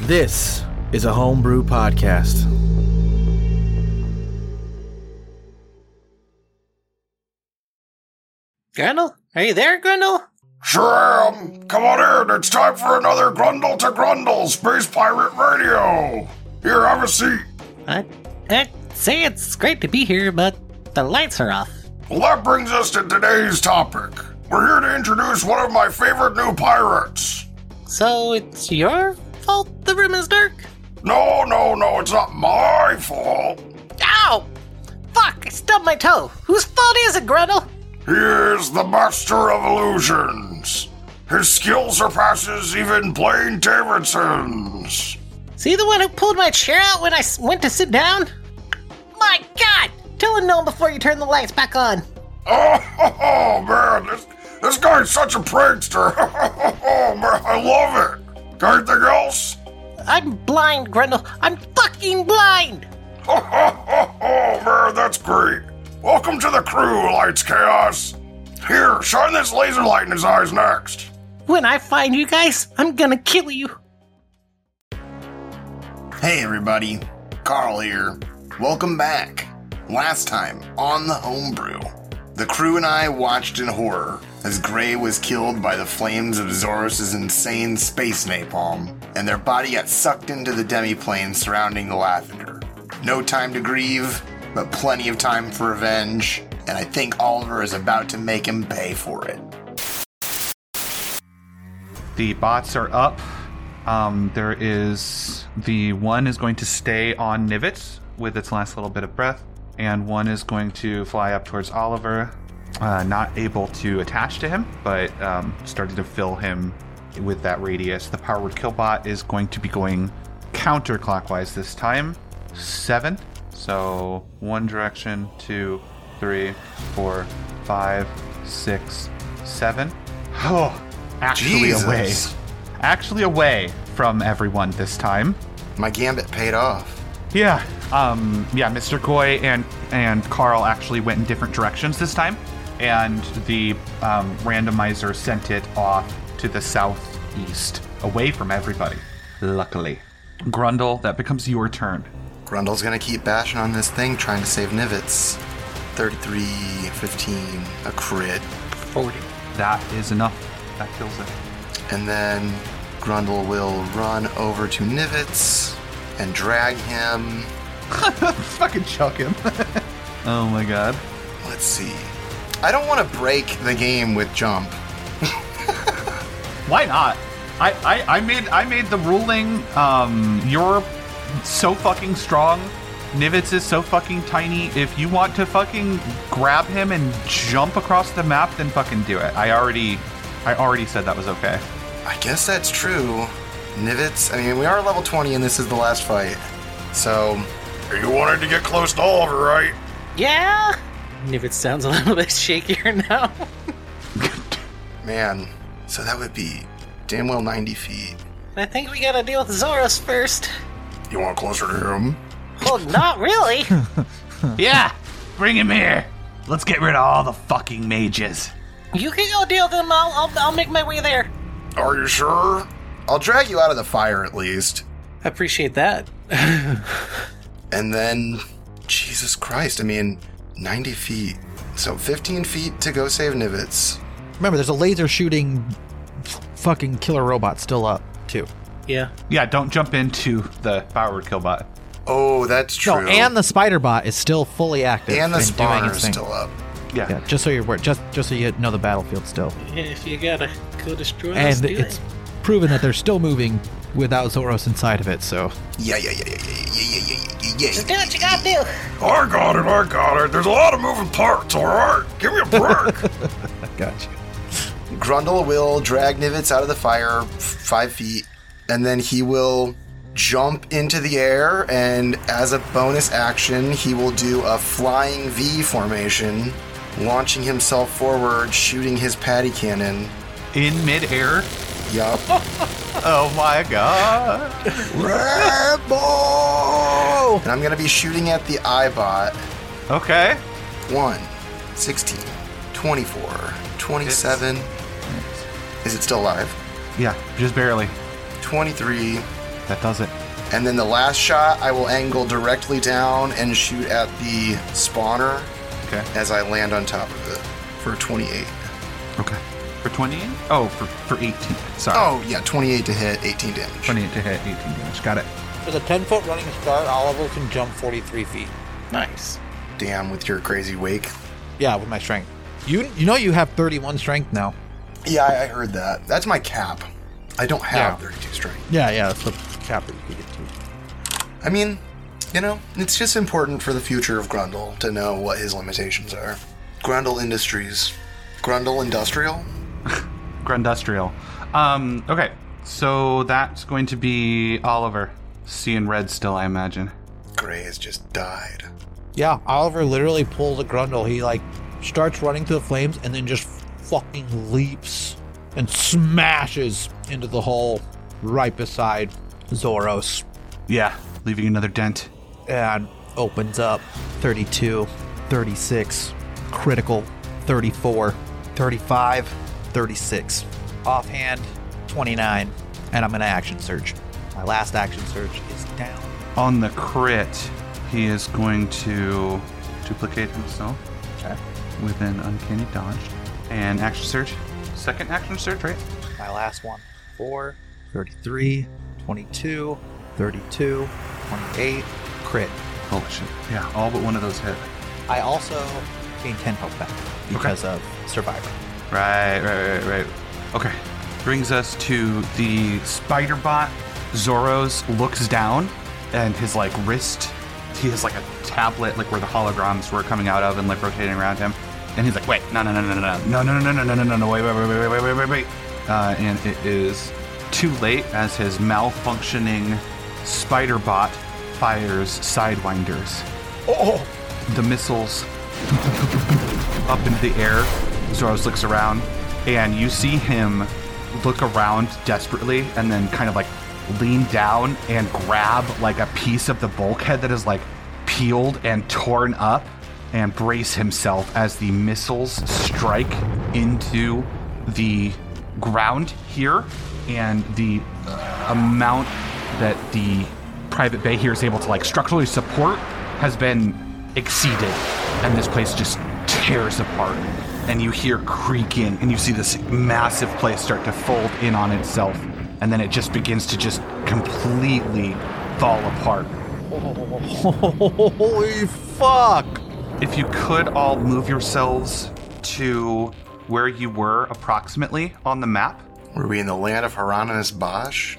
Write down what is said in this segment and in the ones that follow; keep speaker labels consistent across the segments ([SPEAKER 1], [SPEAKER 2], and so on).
[SPEAKER 1] This is a homebrew podcast.
[SPEAKER 2] Grundle? Are you there, Grundle?
[SPEAKER 3] Sure am. Come on in. It's time for another Grundle to Grundle Space Pirate Radio. Here, have a seat.
[SPEAKER 2] I, I say it's great to be here, but the lights are off.
[SPEAKER 3] Well, that brings us to today's topic. We're here to introduce one of my favorite new pirates.
[SPEAKER 2] So it's your fault the room is dark?
[SPEAKER 3] No, no, no, it's not my fault.
[SPEAKER 2] Ow! Fuck, I stubbed my toe. Whose fault is it, Grundle?
[SPEAKER 3] He is the master of illusions. His skill surpasses even plain Davidson's.
[SPEAKER 2] See the one who pulled my chair out when I s- went to sit down? My god! Tell a gnome before you turn the lights back on.
[SPEAKER 3] Oh, oh, oh, man, this, this guy's such a prankster. Oh, man, I love it. Got anything else?
[SPEAKER 2] I'm blind, Grundle. I'm fucking blind!
[SPEAKER 3] Oh, oh, oh, oh, man, that's great. Welcome to the crew, Lights Chaos. Here, shine this laser light in his eyes next.
[SPEAKER 2] When I find you guys, I'm gonna kill you.
[SPEAKER 4] Hey everybody, Carl here. Welcome back. Last time on the homebrew, the crew and I watched in horror as Gray was killed by the flames of Zoros's insane space napalm, and their body got sucked into the demiplane surrounding the Lavender. No time to grieve, but plenty of time for revenge, and I think Oliver is about to make him pay for it.
[SPEAKER 5] The bots are up. Um, there is the one is going to stay on Nivets with its last little bit of breath, and one is going to fly up towards Oliver, uh, not able to attach to him, but um, starting to fill him with that radius. The powered killbot is going to be going counterclockwise this time, seven. So one direction, two, three, four, five, six, seven. Oh, actually away
[SPEAKER 4] Jesus.
[SPEAKER 5] actually away from everyone this time.
[SPEAKER 4] My gambit paid off.
[SPEAKER 5] Yeah. Um, yeah, Mr. Goy and and Carl actually went in different directions this time, and the um, randomizer sent it off to the southeast, away from everybody. Luckily, Grundle, that becomes your turn.
[SPEAKER 4] Grundle's gonna keep bashing on this thing, trying to save Nivets. 33, 15, a crit.
[SPEAKER 5] Forty. That is enough. That kills it.
[SPEAKER 4] And then Grundle will run over to Nivets and drag him.
[SPEAKER 5] Fucking chuck him. oh my god.
[SPEAKER 4] Let's see. I don't want to break the game with jump.
[SPEAKER 5] Why not? I, I, I made I made the ruling. Um, you're so fucking strong. Nivitz is so fucking tiny. If you want to fucking grab him and jump across the map, then fucking do it. I already, I already said that was okay.
[SPEAKER 4] I guess that's true. Nivets, I mean, we are level 20 and this is the last fight. So,
[SPEAKER 3] You wanted to get close to Oliver, right?
[SPEAKER 2] Yeah? Nivet sounds a little bit shakier now.
[SPEAKER 4] man, so that would be damn well 90 feet.
[SPEAKER 2] I think we gotta deal with Zoros first.
[SPEAKER 3] You want closer to him?
[SPEAKER 2] Well, not really.
[SPEAKER 5] Yeah, bring him here. Let's get rid of all the fucking mages.
[SPEAKER 2] You can go deal with them. I'll, I'll, I'll make my way there.
[SPEAKER 3] Are you sure?
[SPEAKER 4] I'll drag you out of the fire at least.
[SPEAKER 2] I appreciate that.
[SPEAKER 4] And then, Jesus Christ, I mean, 90 feet. So 15 feet to go save Nivets.
[SPEAKER 6] Remember, there's a laser shooting f- fucking killer robot still up, too.
[SPEAKER 2] Yeah.
[SPEAKER 5] Yeah, don't jump into the powered killbot.
[SPEAKER 4] Oh, that's true.
[SPEAKER 6] No, and the spider bot is still fully active.
[SPEAKER 4] and the
[SPEAKER 6] doing
[SPEAKER 4] spawner
[SPEAKER 6] its
[SPEAKER 4] is
[SPEAKER 6] thing.
[SPEAKER 4] still up.
[SPEAKER 5] Yeah.
[SPEAKER 6] Yeah, just so you're aware, just just so you know the battlefield still.
[SPEAKER 2] If you gotta go destroy
[SPEAKER 6] and it's proven that they're still moving without Zoros inside of it, so
[SPEAKER 4] Yeah, yeah, yeah, yeah, yeah, yeah, yeah, yeah, yeah, yeah.
[SPEAKER 2] Do what you gotta do.
[SPEAKER 3] I got it, I got it. There's a lot of moving parts, alright? Give me a break.
[SPEAKER 6] gotcha.
[SPEAKER 4] Grundle will drag Nivets out of the fire f- five feet, and then he will jump into the air, and as a bonus action, he will do a flying V formation, launching himself forward, shooting his patty cannon.
[SPEAKER 5] In midair.
[SPEAKER 4] Yup.
[SPEAKER 5] Oh my god.
[SPEAKER 6] Oh!
[SPEAKER 4] Rebel! And I'm gonna be shooting at the iBot.
[SPEAKER 5] Okay.
[SPEAKER 4] 1, 16, 24, 27. Is it still alive?
[SPEAKER 5] Yeah, just barely.
[SPEAKER 4] 23,
[SPEAKER 5] That does it.
[SPEAKER 4] And then the last shot, I will angle directly down and shoot at the spawner
[SPEAKER 5] Okay.
[SPEAKER 4] as I land on top of it for 28.
[SPEAKER 5] Okay. For 28? Oh, for, for 18. Sorry.
[SPEAKER 4] Oh, yeah, 28 to hit, 18 damage.
[SPEAKER 5] 28 to hit, 18 damage. Got it.
[SPEAKER 7] With a 10 foot running start, Oliver can jump 43 feet.
[SPEAKER 2] Nice.
[SPEAKER 4] Damn, with your crazy wake.
[SPEAKER 7] Yeah, with my strength.
[SPEAKER 6] You you know you have 31 strength now.
[SPEAKER 4] Yeah, I, I heard that. That's my cap. I don't have
[SPEAKER 5] Yeah.
[SPEAKER 4] 32 strength.
[SPEAKER 6] Yeah, yeah, that's the cap that you could get to.
[SPEAKER 4] I mean, you know, it's just important for the future of Grundle to know what his limitations are. Grundle Industries. Grundle Industrial?
[SPEAKER 5] Grundustrial. Um, okay. So that's going to be Oliver. Seeing red still, I imagine.
[SPEAKER 4] Gray has just died.
[SPEAKER 7] Yeah, Oliver literally pulled a grundle. He like starts running to the flames and then just fucking leaps and smashes into the hole right beside Zoros
[SPEAKER 5] Yeah. Leaving another dent.
[SPEAKER 7] and
[SPEAKER 6] Opens up 32, 36, critical 34, 35, 36, offhand 29, and I'm going to action surge. My last action surge is down.
[SPEAKER 5] On the crit, he is going to duplicate himself
[SPEAKER 6] Okay.
[SPEAKER 5] with an uncanny dodge. And action surge. Second action surge, right?
[SPEAKER 6] My last one 4, 33, 22, 32, 28, crit.
[SPEAKER 5] Holy shit. Yeah, all but one of those hit.
[SPEAKER 6] I also gain 10 health back because of Survivor.
[SPEAKER 5] Right, right, right, right. Okay. Brings us to the spider bot. Zoros looks down and his like wrist, he has like a tablet like where the holograms were coming out of and like rotating around him. And he's like, wait, no, no, no, no, no, no, no, no, no, no, no, no, no, no, wait, wait, wait, wait, wait, wait, wait, wait. Uh, and it is too late as his malfunctioning spider bot fires sidewinders. Oh! The missiles up into the air. Zoros looks around, and you see him look around desperately and then kind of like lean down and grab like a piece of the bulkhead that is like peeled and torn up and brace himself as the missiles strike into the ground here and the amount that the private bay here is able to like structurally support has been exceeded and this place just tears apart and you hear creaking and you see this massive place start to fold in on itself and then it just begins to just completely fall apart
[SPEAKER 6] Holy fuck!
[SPEAKER 5] if you could all move yourselves to where you were approximately on the map
[SPEAKER 4] Were we in the land of Hieronymus Bosch?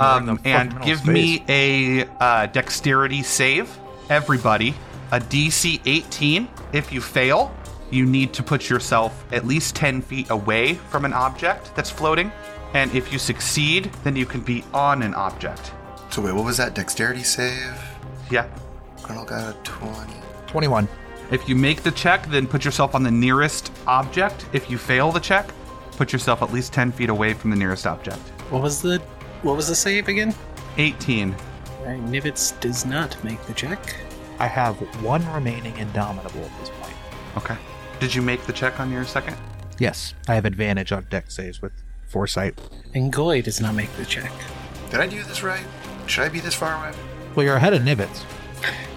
[SPEAKER 5] Um, and give me a uh, dexterity save, everybody. A DC 18. If you fail, you need to put yourself at least 10 feet away from an object that's floating. And if you succeed, then you can be on an object.
[SPEAKER 4] So wait, what was that? Dexterity save?
[SPEAKER 5] Yeah.
[SPEAKER 4] Grundle got a 20.
[SPEAKER 6] 21.
[SPEAKER 5] If you make the check, then put yourself on the nearest object. If you fail the check, put yourself at least 10 feet away from the nearest object.
[SPEAKER 2] What was the what was the save again?
[SPEAKER 5] 18.
[SPEAKER 2] Alright, Nivitz does not make the check.
[SPEAKER 6] I have one remaining indomitable at this point.
[SPEAKER 5] Okay. Did you make the check on your second?
[SPEAKER 6] Yes, I have advantage on deck saves with foresight.
[SPEAKER 2] And Goy does not make the check.
[SPEAKER 4] Did I do this right? Should I be this far away?
[SPEAKER 6] Well, you're ahead of Nivets.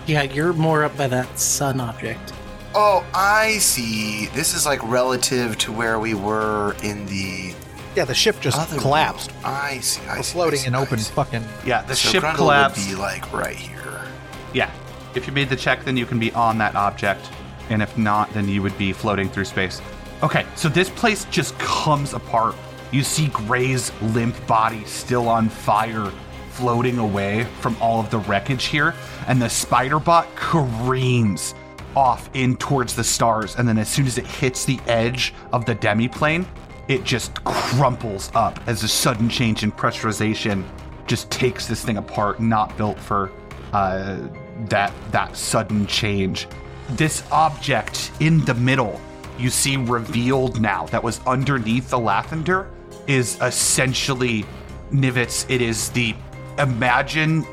[SPEAKER 2] Yeah, you're more up by that sun object.
[SPEAKER 4] Oh, I see. This is like relative to where we were in the
[SPEAKER 6] Yeah, the ship just
[SPEAKER 4] other
[SPEAKER 6] collapsed.
[SPEAKER 4] world. I see. I
[SPEAKER 6] We're
[SPEAKER 4] see,
[SPEAKER 6] floating
[SPEAKER 4] I see,
[SPEAKER 6] in
[SPEAKER 4] I
[SPEAKER 6] open
[SPEAKER 4] see.
[SPEAKER 6] fucking.
[SPEAKER 5] Yeah, the
[SPEAKER 4] so
[SPEAKER 5] ship
[SPEAKER 4] Grundle
[SPEAKER 5] collapsed.
[SPEAKER 4] Would be like right here.
[SPEAKER 5] Yeah. If you made the check, then you can be on that object. And if not, then you would be floating through space. Okay, so this place just comes apart. You see Gray's limp body still on fire, floating away from all of the wreckage here. And the spider bot careens off in towards the stars. And then as soon as it hits the edge of the demiplane, it just crumples up as a sudden change in pressurization just takes this thing apart, not built for uh, that that sudden change. This object in the middle, you see revealed now, that was underneath the Lavender, is essentially Nivitz. It is the imagine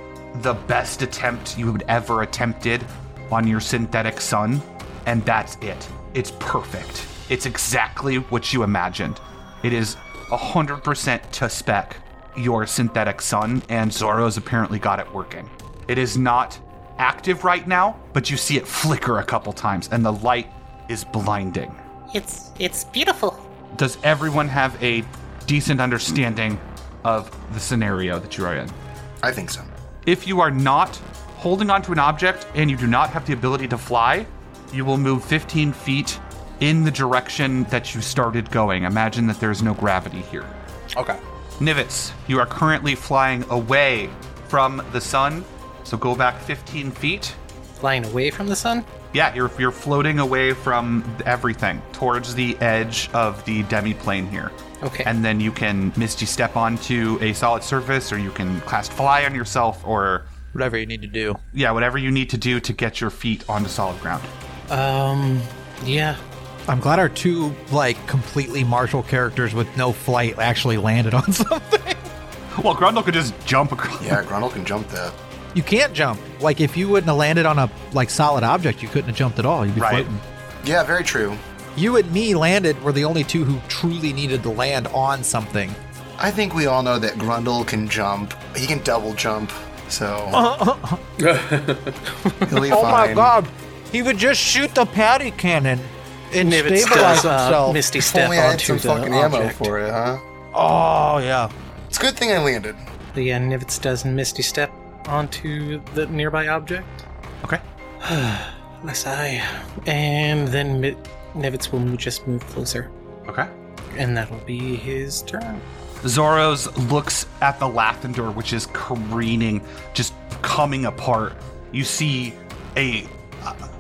[SPEAKER 5] the best attempt you would ever attempted on your synthetic sun, and that's it. It's perfect. It's exactly what you imagined. It is 100% to spec your synthetic sun, and Zoro's apparently got it working. It is not active right now, but you see it flicker a couple times, and the light is blinding.
[SPEAKER 2] It's it's beautiful.
[SPEAKER 5] Does everyone have a decent understanding of the scenario that you are in?
[SPEAKER 4] I think so.
[SPEAKER 5] If you are not holding onto an object and you do not have the ability to fly, you will move 15 feet in the direction that you started going. Imagine that there is no gravity here.
[SPEAKER 4] Okay.
[SPEAKER 5] Nivitz, you are currently flying away from the sun, so go back 15 feet.
[SPEAKER 2] Flying away from the sun?
[SPEAKER 5] Yeah, you're, you're floating away from everything towards the edge of the demi-plane here.
[SPEAKER 2] Okay.
[SPEAKER 5] And then you can misty step onto a solid surface, or you can cast fly on yourself, or
[SPEAKER 6] Whatever you need to do.
[SPEAKER 5] yeah, whatever you need to do to get your feet onto solid ground.
[SPEAKER 2] Um yeah.
[SPEAKER 6] I'm glad our two like completely martial characters with no flight actually landed on something.
[SPEAKER 5] Well, Grundle could just jump across.
[SPEAKER 4] Yeah, Grundle can jump that.
[SPEAKER 6] You can't jump. Like if you wouldn't have landed on a like solid object, you couldn't have jumped at all. You'd be
[SPEAKER 5] Right.
[SPEAKER 6] floating.
[SPEAKER 4] Yeah, very true.
[SPEAKER 6] You and me landed were the only two who truly needed to land on something.
[SPEAKER 4] I think we all know that Grundle can jump. He can double jump, so he'll be
[SPEAKER 6] Oh
[SPEAKER 4] fine.
[SPEAKER 6] my god! He would just shoot the patty cannon and
[SPEAKER 2] Nivitz
[SPEAKER 6] stabilize
[SPEAKER 2] does uh,
[SPEAKER 6] himself.
[SPEAKER 2] misty
[SPEAKER 4] If
[SPEAKER 2] step
[SPEAKER 4] only I had
[SPEAKER 2] onto
[SPEAKER 4] some
[SPEAKER 2] the
[SPEAKER 4] fucking ammo
[SPEAKER 2] object.
[SPEAKER 4] for it, huh?
[SPEAKER 6] oh yeah.
[SPEAKER 4] It's a good thing I landed.
[SPEAKER 2] The uh, Nivitz does misty step onto the nearby object.
[SPEAKER 5] Okay.
[SPEAKER 2] Unless I, and then Mi- Nivitz will move, just move closer,
[SPEAKER 5] Okay.
[SPEAKER 2] and that'll be his turn.
[SPEAKER 5] Zoros looks at the Lathandor, which is careening, just coming apart. You see a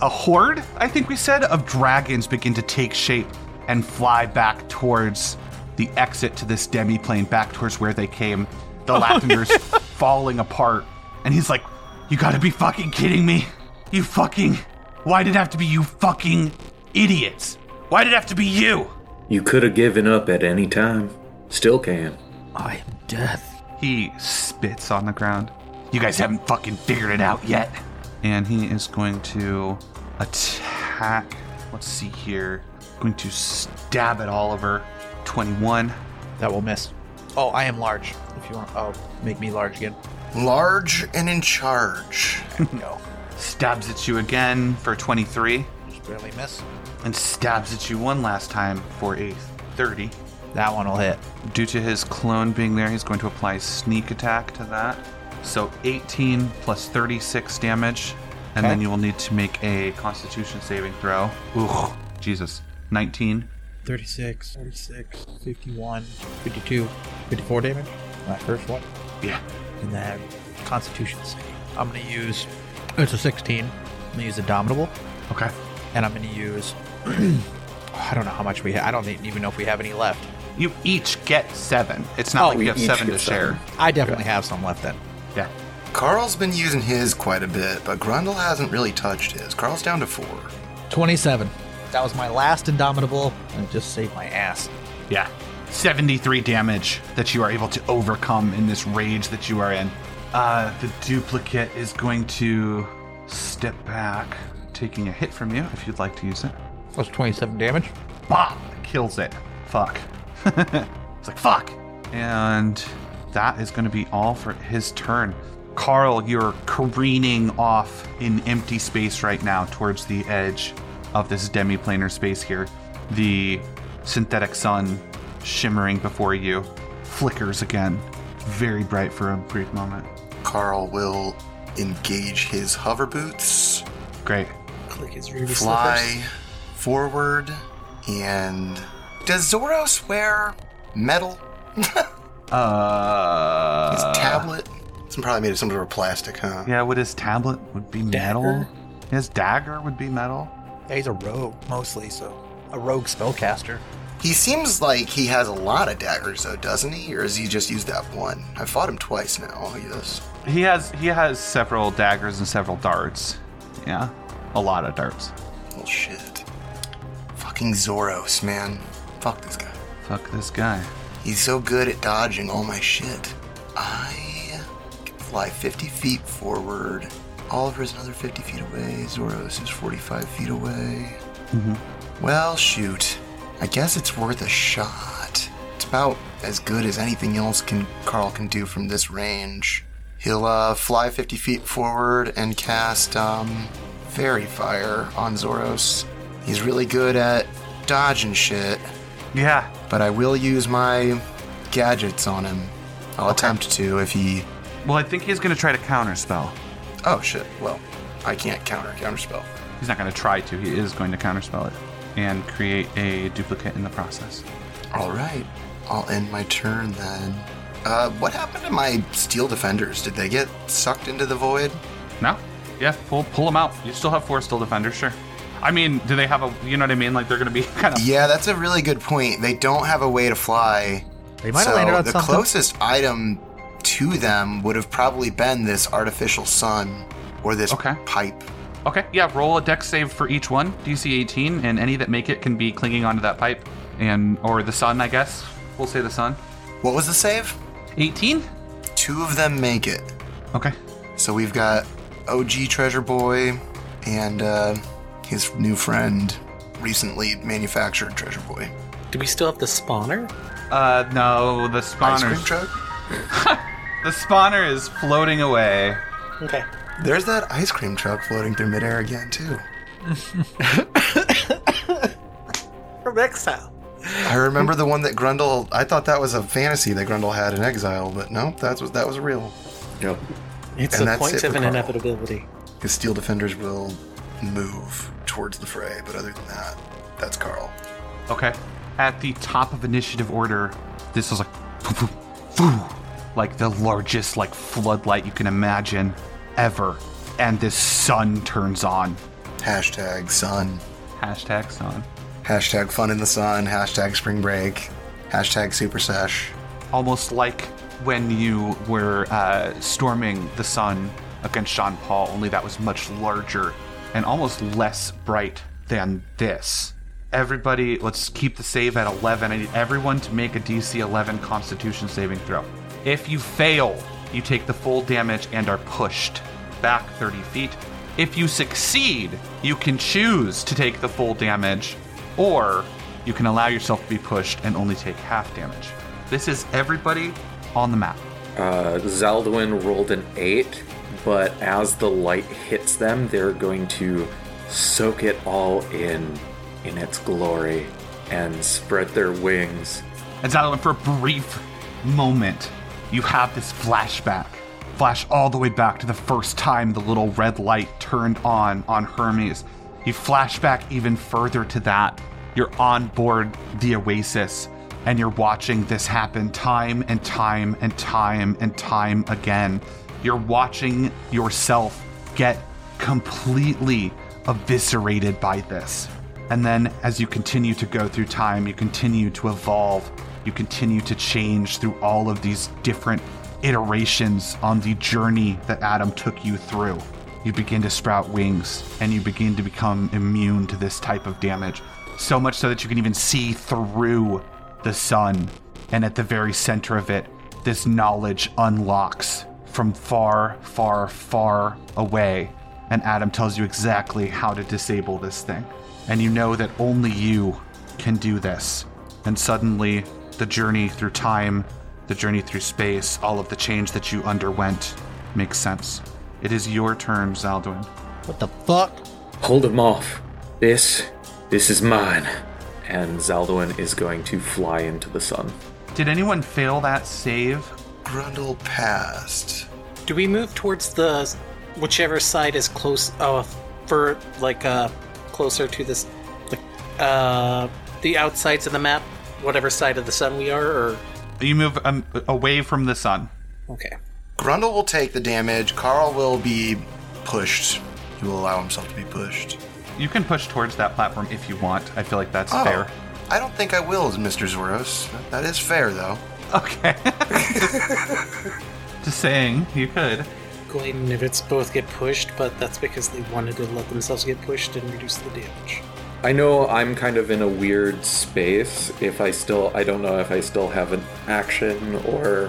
[SPEAKER 5] a horde, I think we said, of dragons begin to take shape and fly back towards the exit to this demi-plane, back towards where they came. The Lathandor's falling apart, and he's like, "You gotta be fucking kidding me! You fucking! Why did it have to be you fucking idiots? Why did it have to be you?"
[SPEAKER 8] You could have given up at any time. Still can.
[SPEAKER 9] I am death.
[SPEAKER 5] He spits on the ground. You guys haven't fucking figured it out yet. And he is going to attack. Let's see here. Going to stab at Oliver. 21.
[SPEAKER 6] That will miss. Oh, I am large. If you want, oh, make me large again.
[SPEAKER 4] Large and in charge.
[SPEAKER 6] No,
[SPEAKER 5] Stabs at you again for 23.
[SPEAKER 6] just barely miss.
[SPEAKER 5] And stabs at you one last time for a 30.
[SPEAKER 6] That one will hit.
[SPEAKER 5] Due to his clone being there, he's going to apply sneak attack to that. So 18 plus 36 damage, and then you will need to make a Constitution saving throw. Ooh, Jesus, 19.
[SPEAKER 6] 36, 36, 51, 52, 54 damage. My first one.
[SPEAKER 5] Yeah.
[SPEAKER 6] And then Constitution save. I'm going to use. It's a 16. I'm going to use Indomitable.
[SPEAKER 5] Okay.
[SPEAKER 6] And I'm going to use. I don't know how much we have. I don't e-, even know if we have any left.
[SPEAKER 5] You each get seven. It's not
[SPEAKER 6] Oh,
[SPEAKER 5] like
[SPEAKER 6] we
[SPEAKER 5] you have
[SPEAKER 8] each
[SPEAKER 5] seven
[SPEAKER 8] get
[SPEAKER 5] to
[SPEAKER 8] seven.
[SPEAKER 5] share.
[SPEAKER 6] I definitely have some left then.
[SPEAKER 5] Yeah.
[SPEAKER 4] Carl's been using his quite a bit, but Grundle hasn't really touched his. Carl's down to four.
[SPEAKER 6] 27. That was my last Indomitable, and it just saved my ass.
[SPEAKER 5] Yeah. 73 damage that you are able to overcome in this rage that you are in. Uh, the duplicate is going to step back, taking a hit from you if you'd like to use it.
[SPEAKER 6] That's 27 damage.
[SPEAKER 5] Bah! Kills it. Fuck. it's like, fuck! And that is going to be all for his turn. Carl, you're careening off in empty space right now towards the edge of this demi-planar space here. The synthetic sun shimmering before you flickers again, very bright for a brief moment.
[SPEAKER 4] Carl will engage his hover boots,
[SPEAKER 5] Great.
[SPEAKER 2] Click his ruby slippers.
[SPEAKER 4] fly forward, and. Does Zoros wear metal?
[SPEAKER 5] Uh,
[SPEAKER 4] His tablet? It's probably made of some sort of plastic, huh?
[SPEAKER 5] yeah, would his tablet would be metal?
[SPEAKER 2] Dagger?
[SPEAKER 5] His dagger would be metal.
[SPEAKER 6] Yeah, he's a rogue mostly, so a rogue spellcaster.
[SPEAKER 4] He seems like he has a lot of daggers, though, doesn't he? Or has he just used that one? I fought him twice now. He does.
[SPEAKER 5] He has he has several daggers and several darts. Yeah, a lot of darts.
[SPEAKER 4] Well, shit. Fucking Zoros, man. Fuck this guy.
[SPEAKER 5] Fuck this guy.
[SPEAKER 4] He's so good at dodging all my shit. I can fly 50 feet forward. Oliver's another 50 feet away. Zoros is 45 feet away. Well, shoot. I guess it's worth a shot. It's about as good as anything else can Carl can do from this range. He'll uh, fly 50 feet forward and cast um, Fairy Fire on Zoros. He's really good at dodging shit,
[SPEAKER 5] Yeah.
[SPEAKER 4] but I will use my gadgets on him. I'll attempt to if he.
[SPEAKER 5] Well, I think he's going to try to counterspell.
[SPEAKER 4] Oh shit! Well, I can't counter counterspell.
[SPEAKER 5] He's not going to try to. He is going to counterspell it and create a duplicate in the process.
[SPEAKER 4] All right, I'll end my turn then. Uh, what happened to my steel defenders? Did they get sucked into the void?
[SPEAKER 5] No? Yeah, pull pull them out. You still have four still defenders, sure. I mean, do they have a? You know what I mean? Like they're going to be kind of.
[SPEAKER 4] Yeah, that's a really good point. They don't have a way to fly.
[SPEAKER 6] They might
[SPEAKER 4] so
[SPEAKER 6] have landed on
[SPEAKER 4] the
[SPEAKER 6] something.
[SPEAKER 4] closest item to them would have probably been this artificial sun or this
[SPEAKER 5] Okay.
[SPEAKER 4] pipe.
[SPEAKER 5] Okay. Yeah. Roll a deck save for each one, DC 18, and any that make it can be clinging onto that pipe and or the sun, I guess. We'll say the sun.
[SPEAKER 4] What was the save?
[SPEAKER 5] 18.
[SPEAKER 4] Two of them make it.
[SPEAKER 5] Okay.
[SPEAKER 4] So we've got OG Treasure Boy and uh, his new friend, recently manufactured Treasure Boy.
[SPEAKER 2] Do we still have the spawner?
[SPEAKER 5] Uh, no, the
[SPEAKER 4] Ice cream
[SPEAKER 5] spawner.
[SPEAKER 4] truck?
[SPEAKER 5] The spawner is floating away.
[SPEAKER 2] Okay.
[SPEAKER 4] There's that ice cream truck floating through midair again, too.
[SPEAKER 2] From exile.
[SPEAKER 4] I remember the one that Grundle. I thought that was a fantasy that Grundle had in exile, but no, that's what that was real.
[SPEAKER 8] Yep.
[SPEAKER 2] It's
[SPEAKER 4] And
[SPEAKER 2] the
[SPEAKER 4] that's
[SPEAKER 2] point
[SPEAKER 4] it
[SPEAKER 2] of
[SPEAKER 4] for
[SPEAKER 2] an
[SPEAKER 4] Carl.
[SPEAKER 2] inevitability.
[SPEAKER 4] His steel defenders will move towards the fray, but other than that, that's Carl.
[SPEAKER 5] Okay. At the top of initiative order, this is like, poof, poof, poof, like the largest like floodlight you can imagine ever, and this sun turns on.
[SPEAKER 4] Hashtag sun.
[SPEAKER 5] Hashtag sun.
[SPEAKER 4] Hashtag fun in the sun. Hashtag spring break. Hashtag super sesh.
[SPEAKER 5] Almost like when you were uh, storming the sun against Sean Paul, only that was much larger and almost less bright than this. Everybody, let's keep the save at 11. I need everyone to make a DC 11 Constitution saving throw. If you fail, you take the full damage and are pushed back 30 feet. If you succeed, you can choose to take the full damage, or you can allow yourself to be pushed and only take half damage. This is everybody on the map.
[SPEAKER 8] Uh, Zaldwin rolled an 8, but as the light hits them, they're going to soak it all in in its glory and spread their wings.
[SPEAKER 5] And Zadalin, for a brief moment, you have this flashback. Flash all the way back to the first time the little red light turned on on Hermes. You flash back even further to that. You're on board the Oasis, and you're watching this happen time and time and time and time again. You're watching yourself get completely eviscerated by this. And then as you continue to go through time, you continue to evolve, you continue to change through all of these different iterations on the journey that Adam took you through. You begin to sprout wings and you begin to become immune to this type of damage. So much so that you can even see through the sun. And at the very center of it, this knowledge unlocks from far, far, far away. And Adam tells you exactly how to disable this thing. And you know that only you can do this. And suddenly, the journey through time, the journey through space, all of the change that you underwent makes sense. It is your turn, Zaldwin.
[SPEAKER 7] What the fuck?
[SPEAKER 8] Hold them off. This, this is mine. And Zaldwin is going to fly into the sun.
[SPEAKER 5] Did anyone fail that save?
[SPEAKER 4] Grundle passed.
[SPEAKER 2] Do we move towards the whichever side is close uh for like uh closer to this like uh the outsides of the map, whatever side of the sun we are or
[SPEAKER 5] You move um, away from the sun.
[SPEAKER 2] okay.
[SPEAKER 4] Grundle will take the damage. Carl will be pushed. He will allow himself to be pushed.
[SPEAKER 5] You can push towards that platform if you want. I feel like that's fair.
[SPEAKER 4] Oh, I don't think I will, Mr. Zoros. That is fair, though.
[SPEAKER 5] Okay. Just saying, you could.
[SPEAKER 2] Glade and Nivitz both get pushed, but that's because they wanted to let themselves get pushed and reduce the damage.
[SPEAKER 8] I know I'm kind of in a weird space. If I still, I don't know if I still have an action or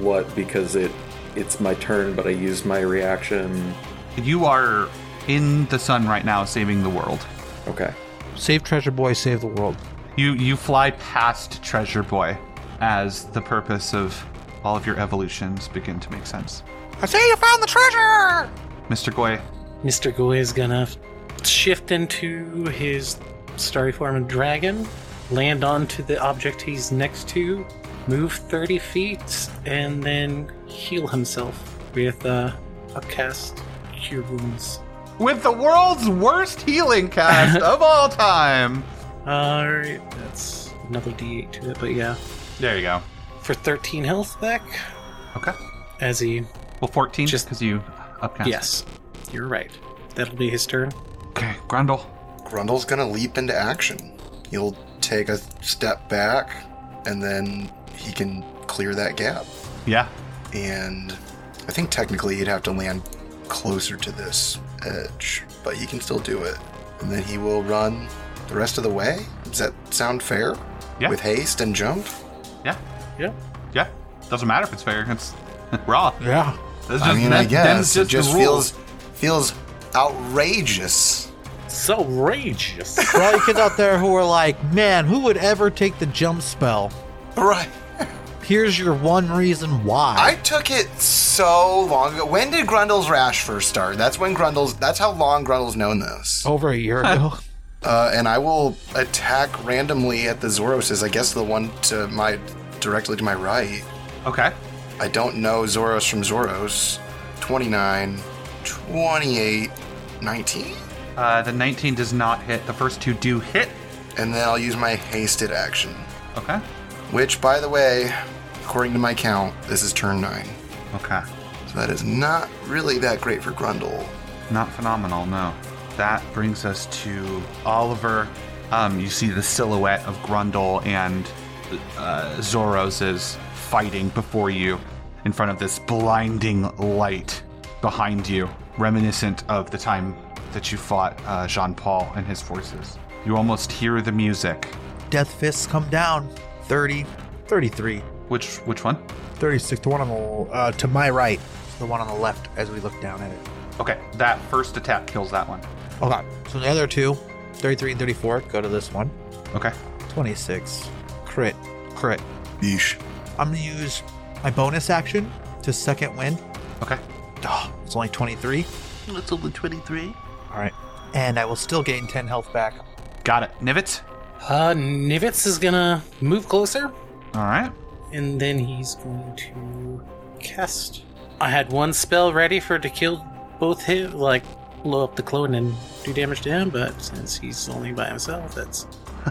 [SPEAKER 8] what because it, it's my turn, but I used my reaction.
[SPEAKER 5] You are in the sun right now, saving the world.
[SPEAKER 8] Okay.
[SPEAKER 7] Save Treasure Boy, save the world.
[SPEAKER 5] You you fly past Treasure Boy as the purpose of all of your evolutions begin to make sense.
[SPEAKER 7] I say you found the treasure!
[SPEAKER 5] Mr. Goy,
[SPEAKER 2] Mr. Goy is gonna shift into his starry form of dragon, land onto the object he's next to, move 30 feet, and then heal himself with uh, a cast Cure Wounds.
[SPEAKER 5] with the world's worst healing cast of all time.
[SPEAKER 2] Alright, that's another d8 to it, but yeah.
[SPEAKER 5] There you go.
[SPEAKER 2] For 13 health back,
[SPEAKER 5] Okay.
[SPEAKER 2] as he.
[SPEAKER 5] Well, 14, just
[SPEAKER 2] Just-
[SPEAKER 5] because you upcast.
[SPEAKER 2] Yes, you're right. That'll be his turn.
[SPEAKER 5] Okay, Grundle.
[SPEAKER 4] Grundle's gonna leap into action. He'll take a step back, and then he can clear that gap.
[SPEAKER 5] Yeah.
[SPEAKER 4] And I think technically he'd have to land closer to this edge, but he can still do it. And then he will run the rest of the way. Does that sound fair?
[SPEAKER 5] Yeah.
[SPEAKER 4] With haste and jump.
[SPEAKER 5] Yeah.
[SPEAKER 2] Yeah.
[SPEAKER 5] Yeah. Doesn't matter if it's fair. It's raw.
[SPEAKER 7] Yeah.
[SPEAKER 5] That's
[SPEAKER 4] I
[SPEAKER 5] just-
[SPEAKER 4] mean,
[SPEAKER 5] that-
[SPEAKER 4] I
[SPEAKER 5] them's
[SPEAKER 4] guess it
[SPEAKER 5] the
[SPEAKER 4] just
[SPEAKER 5] rules.
[SPEAKER 4] feels feels outrageous.
[SPEAKER 2] So outrageous!
[SPEAKER 7] For all you kids out there who are like, man, who would ever take the jump spell?
[SPEAKER 4] Right.
[SPEAKER 7] Here's your one reason why.
[SPEAKER 4] I took it so long ago. When did Grundle's rash first start? That's when Grundle's. That's how long Grundle's known this.
[SPEAKER 7] Over a year ago.
[SPEAKER 4] Uh, and I will attack randomly at the Zoroses. I guess the one to my directly to my right.
[SPEAKER 5] Okay.
[SPEAKER 4] I don't know Zoros from Zoros. 29, 28, 19?
[SPEAKER 5] Uh, the 19 does not hit. The first two do hit.
[SPEAKER 4] And then I'll use my hasted action.
[SPEAKER 5] Okay.
[SPEAKER 4] Which, by the way, according to my count, this is turn 9.
[SPEAKER 5] Okay.
[SPEAKER 4] So that is not really that great for Grundle.
[SPEAKER 5] Not phenomenal, no. That brings us to Oliver. Um, you see the silhouette of Grundle and uh, Zoros is fighting before you in front of this blinding light behind you, reminiscent of the time that you fought uh, Jean Paul and his forces. You almost hear the music.
[SPEAKER 6] Death fists come down. 30, 33,
[SPEAKER 5] Which which one?
[SPEAKER 6] 36. The one on the uh, to my right. The one on the left as we look down at it.
[SPEAKER 5] Okay, that first attack kills that one.
[SPEAKER 7] Okay.
[SPEAKER 6] So the other two, 33 and 34, go to this one.
[SPEAKER 5] Okay.
[SPEAKER 6] 26. Crit. Crit.
[SPEAKER 4] Yeesh.
[SPEAKER 6] I'm going to use my bonus action to second wind.
[SPEAKER 5] Okay.
[SPEAKER 6] Duh, it's only 23. It's only 23. All right. And I will still gain 10 health back.
[SPEAKER 5] Got it. Nivets.
[SPEAKER 2] Uh, Nivitz is gonna move closer.
[SPEAKER 5] All right.
[SPEAKER 2] and then he's going to cast. I had one spell ready for to kill both him, like blow up the clone and do damage to him, but since he's only by himself, that's.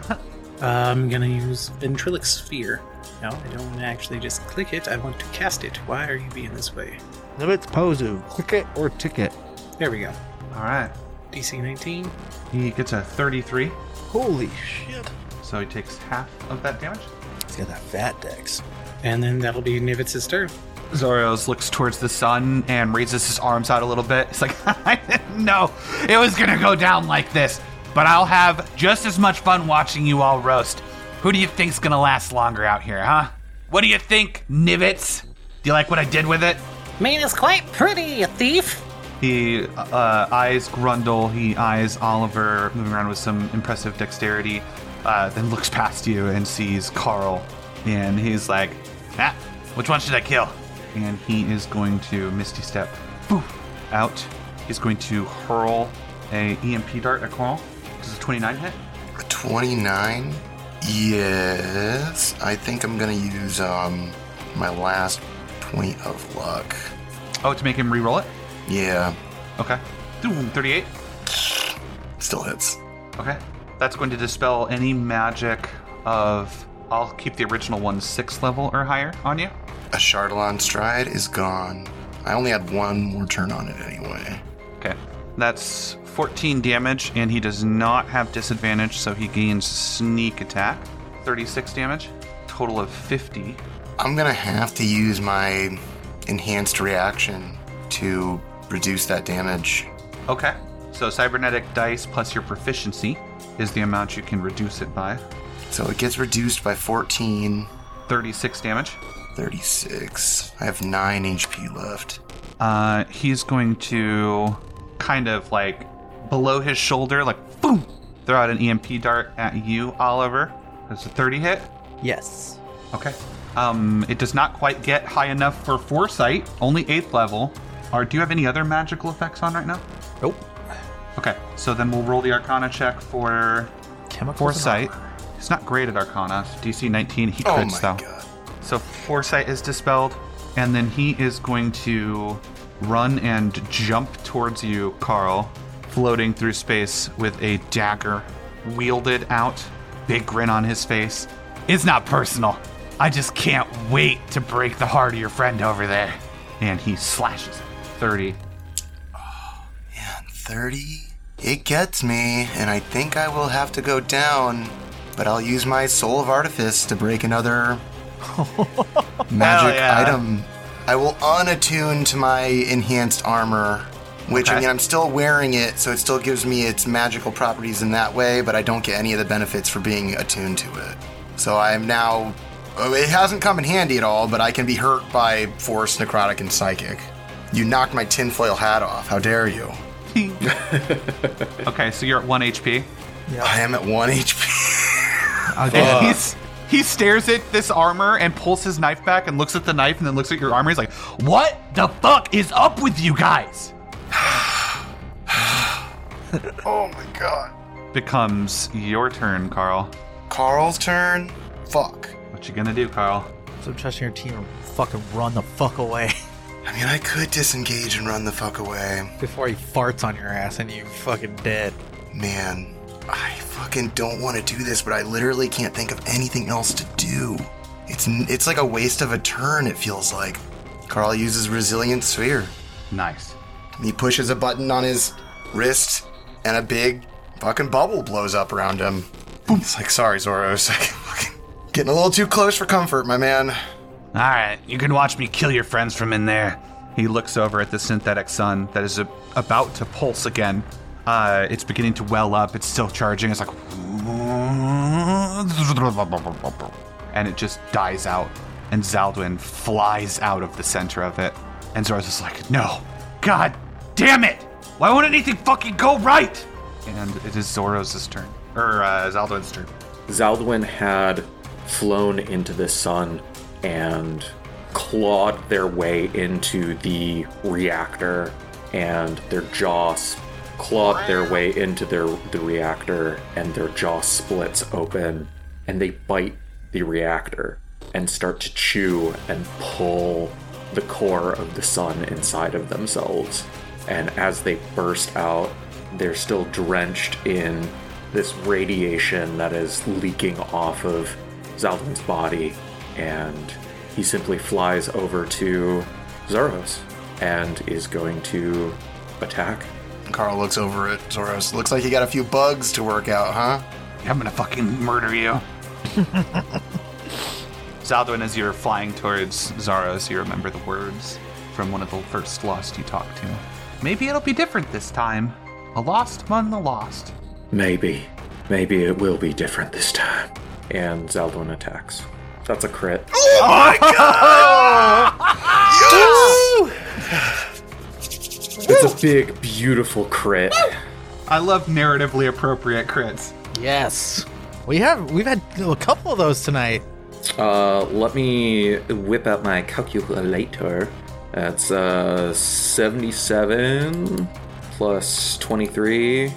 [SPEAKER 2] uh, I'm gonna use Ventrilic Sphere. No, I don't want to actually just click it. I want to cast it. Why are you being this way?
[SPEAKER 6] No, it's Pozu. Click it or ticket.
[SPEAKER 2] There we go.
[SPEAKER 5] All right.
[SPEAKER 2] DC 19.
[SPEAKER 5] He gets a 33.
[SPEAKER 6] Holy shit.
[SPEAKER 5] So he takes half of that damage.
[SPEAKER 6] He's got that fat dex.
[SPEAKER 2] And then that'll be Nivitz's turn.
[SPEAKER 5] Zorios looks towards the sun and raises his arms out a little bit. It's like, I didn't know it was going to go down like this, but I'll have just as much fun watching you all roast. Who do you think's going to last longer out here, huh? What do you think, Nivets? Do you like what I did with it?
[SPEAKER 2] Man, it's quite pretty, a thief!
[SPEAKER 5] He uh, eyes Grundle. He eyes Oliver, moving around with some impressive dexterity. Uh, then looks past you and sees Carl, and he's like, "Ah, which one should I kill?" And he is going to Misty Step, boop, out. He's going to hurl a EMP dart at Carl. Does a 29 hit?
[SPEAKER 4] 29 yes i think i'm gonna use um my last point of luck
[SPEAKER 5] Oh, to make him re-roll it.
[SPEAKER 4] yeah
[SPEAKER 5] Okay. Ooh, 38.
[SPEAKER 4] still hits
[SPEAKER 5] Okay. That's going to dispel any magic of. I'll keep the original one sixth level or higher on you.
[SPEAKER 4] a chardolon stride is gone i only had one more turn on it anyway
[SPEAKER 5] Okay. That's 14 damage, and he does not have disadvantage, so he gains sneak attack. 36 damage. Total of 50.
[SPEAKER 4] i'm gonna have to use my enhanced reaction to reduce that damage
[SPEAKER 5] Okay. So cybernetic dice plus your proficiency is the amount you can reduce it by.
[SPEAKER 4] so it gets reduced by 14
[SPEAKER 5] 36 damage.
[SPEAKER 4] 36 i have 9 hp left
[SPEAKER 5] Uh, he's going to kind of like below his shoulder, like boom, throw E out an EMP dart at you, Oliver. That's a 30 hit.
[SPEAKER 6] Yes.
[SPEAKER 5] Okay. Um, it does not quite get high enough for foresight, only eighth level. Or do you have any other magical effects on right now?
[SPEAKER 6] Nope.
[SPEAKER 5] Okay, so then we'll roll the Arcana check for
[SPEAKER 6] Chemicals
[SPEAKER 5] foresight. He's not great at Arcana. DC 19, he
[SPEAKER 4] Oh
[SPEAKER 5] crits
[SPEAKER 4] my
[SPEAKER 5] though.
[SPEAKER 4] god.
[SPEAKER 5] So foresight is dispelled, and then he is going to run and jump towards you, Carl, floating through space with a dagger wielded out, big grin on his face. It's not personal. I just can't wait to break the heart of your friend over there. And he slashes it. 30.
[SPEAKER 4] 30. It gets me, and I think I will have to go down, but I'll use my Soul of Artifice to break another magic
[SPEAKER 5] yeah.
[SPEAKER 4] item. I will unattune to my enhanced armor, which I
[SPEAKER 5] Okay.
[SPEAKER 4] mean, I'm still wearing it, so it still gives me its magical properties in that way, but I don't get any of the benefits for being attuned to it. So I am now. oh, It hasn't come in handy at all, but I can be hurt by force, necrotic, and psychic. You knocked my tinfoil hat off. How dare you?
[SPEAKER 5] okay, so you're at 1 HP.
[SPEAKER 4] I am at one HP.
[SPEAKER 5] And he's, he stares at this armor and pulls his knife back and looks at the knife and then looks at your armor. He's like, What the fuck is up with you guys?
[SPEAKER 4] Oh my god.
[SPEAKER 5] Becomes your turn, Carl.
[SPEAKER 4] Carl's turn. Fuck.
[SPEAKER 5] What you gonna do, Carl?
[SPEAKER 6] So I'm trusting your team to fucking run the fuck away
[SPEAKER 4] I mean, I could disengage and run the fuck away.
[SPEAKER 6] before he farts on your ass and you fucking dead.
[SPEAKER 4] Man, I fucking don't want to do this, but I literally can't think of anything else to do. It's n- it's like a waste of a turn. It feels like. Carl uses resilient sphere.
[SPEAKER 5] Nice.
[SPEAKER 4] He pushes a button on his wrist, and a big fucking bubble blows up around him. It's like, sorry, Zoros, I fucking getting a little too close for comfort, my man.
[SPEAKER 5] All right, you can watch me kill your friends from in there. He looks over at the synthetic sun that is a- about to pulse again. Uh, it's beginning to well up. It's still charging. It's like, and it just dies out. And Zaldwin flies out of the center of it. And Zora's just like, no, god damn it! Why won't anything fucking go right? And it is Zoros' turn, or uh, Zaldwin's turn.
[SPEAKER 8] Zaldwin had flown into the sun and clawed their way into the reactor, and their jaws clawed their way into their the reactor, and their jaw splits open, and they bite the reactor and start to chew and pull the core of the sun inside of themselves. And as they burst out, they're still drenched in this radiation that is leaking off of Zaldwin's body, and he simply flies over to Zaros and is going to attack.
[SPEAKER 4] Carl looks over at Zoros. Looks like you got a few bugs to work out, huh?
[SPEAKER 5] I'm gonna fucking murder you. Zaldwin, as you're flying towards Zaros, you remember the words from one of the first lost you talked to. Maybe it'll be different this time. A lost among the lost.
[SPEAKER 8] Maybe, maybe it will be different this time. And Zaldwin attacks. That's a crit.
[SPEAKER 5] Oh
[SPEAKER 8] It's a big, beautiful crit.
[SPEAKER 5] I love narratively appropriate crits.
[SPEAKER 6] Yes. We have we've had a couple of those tonight.
[SPEAKER 8] Uh, let me whip out my calculator. That's uh, 77 plus 23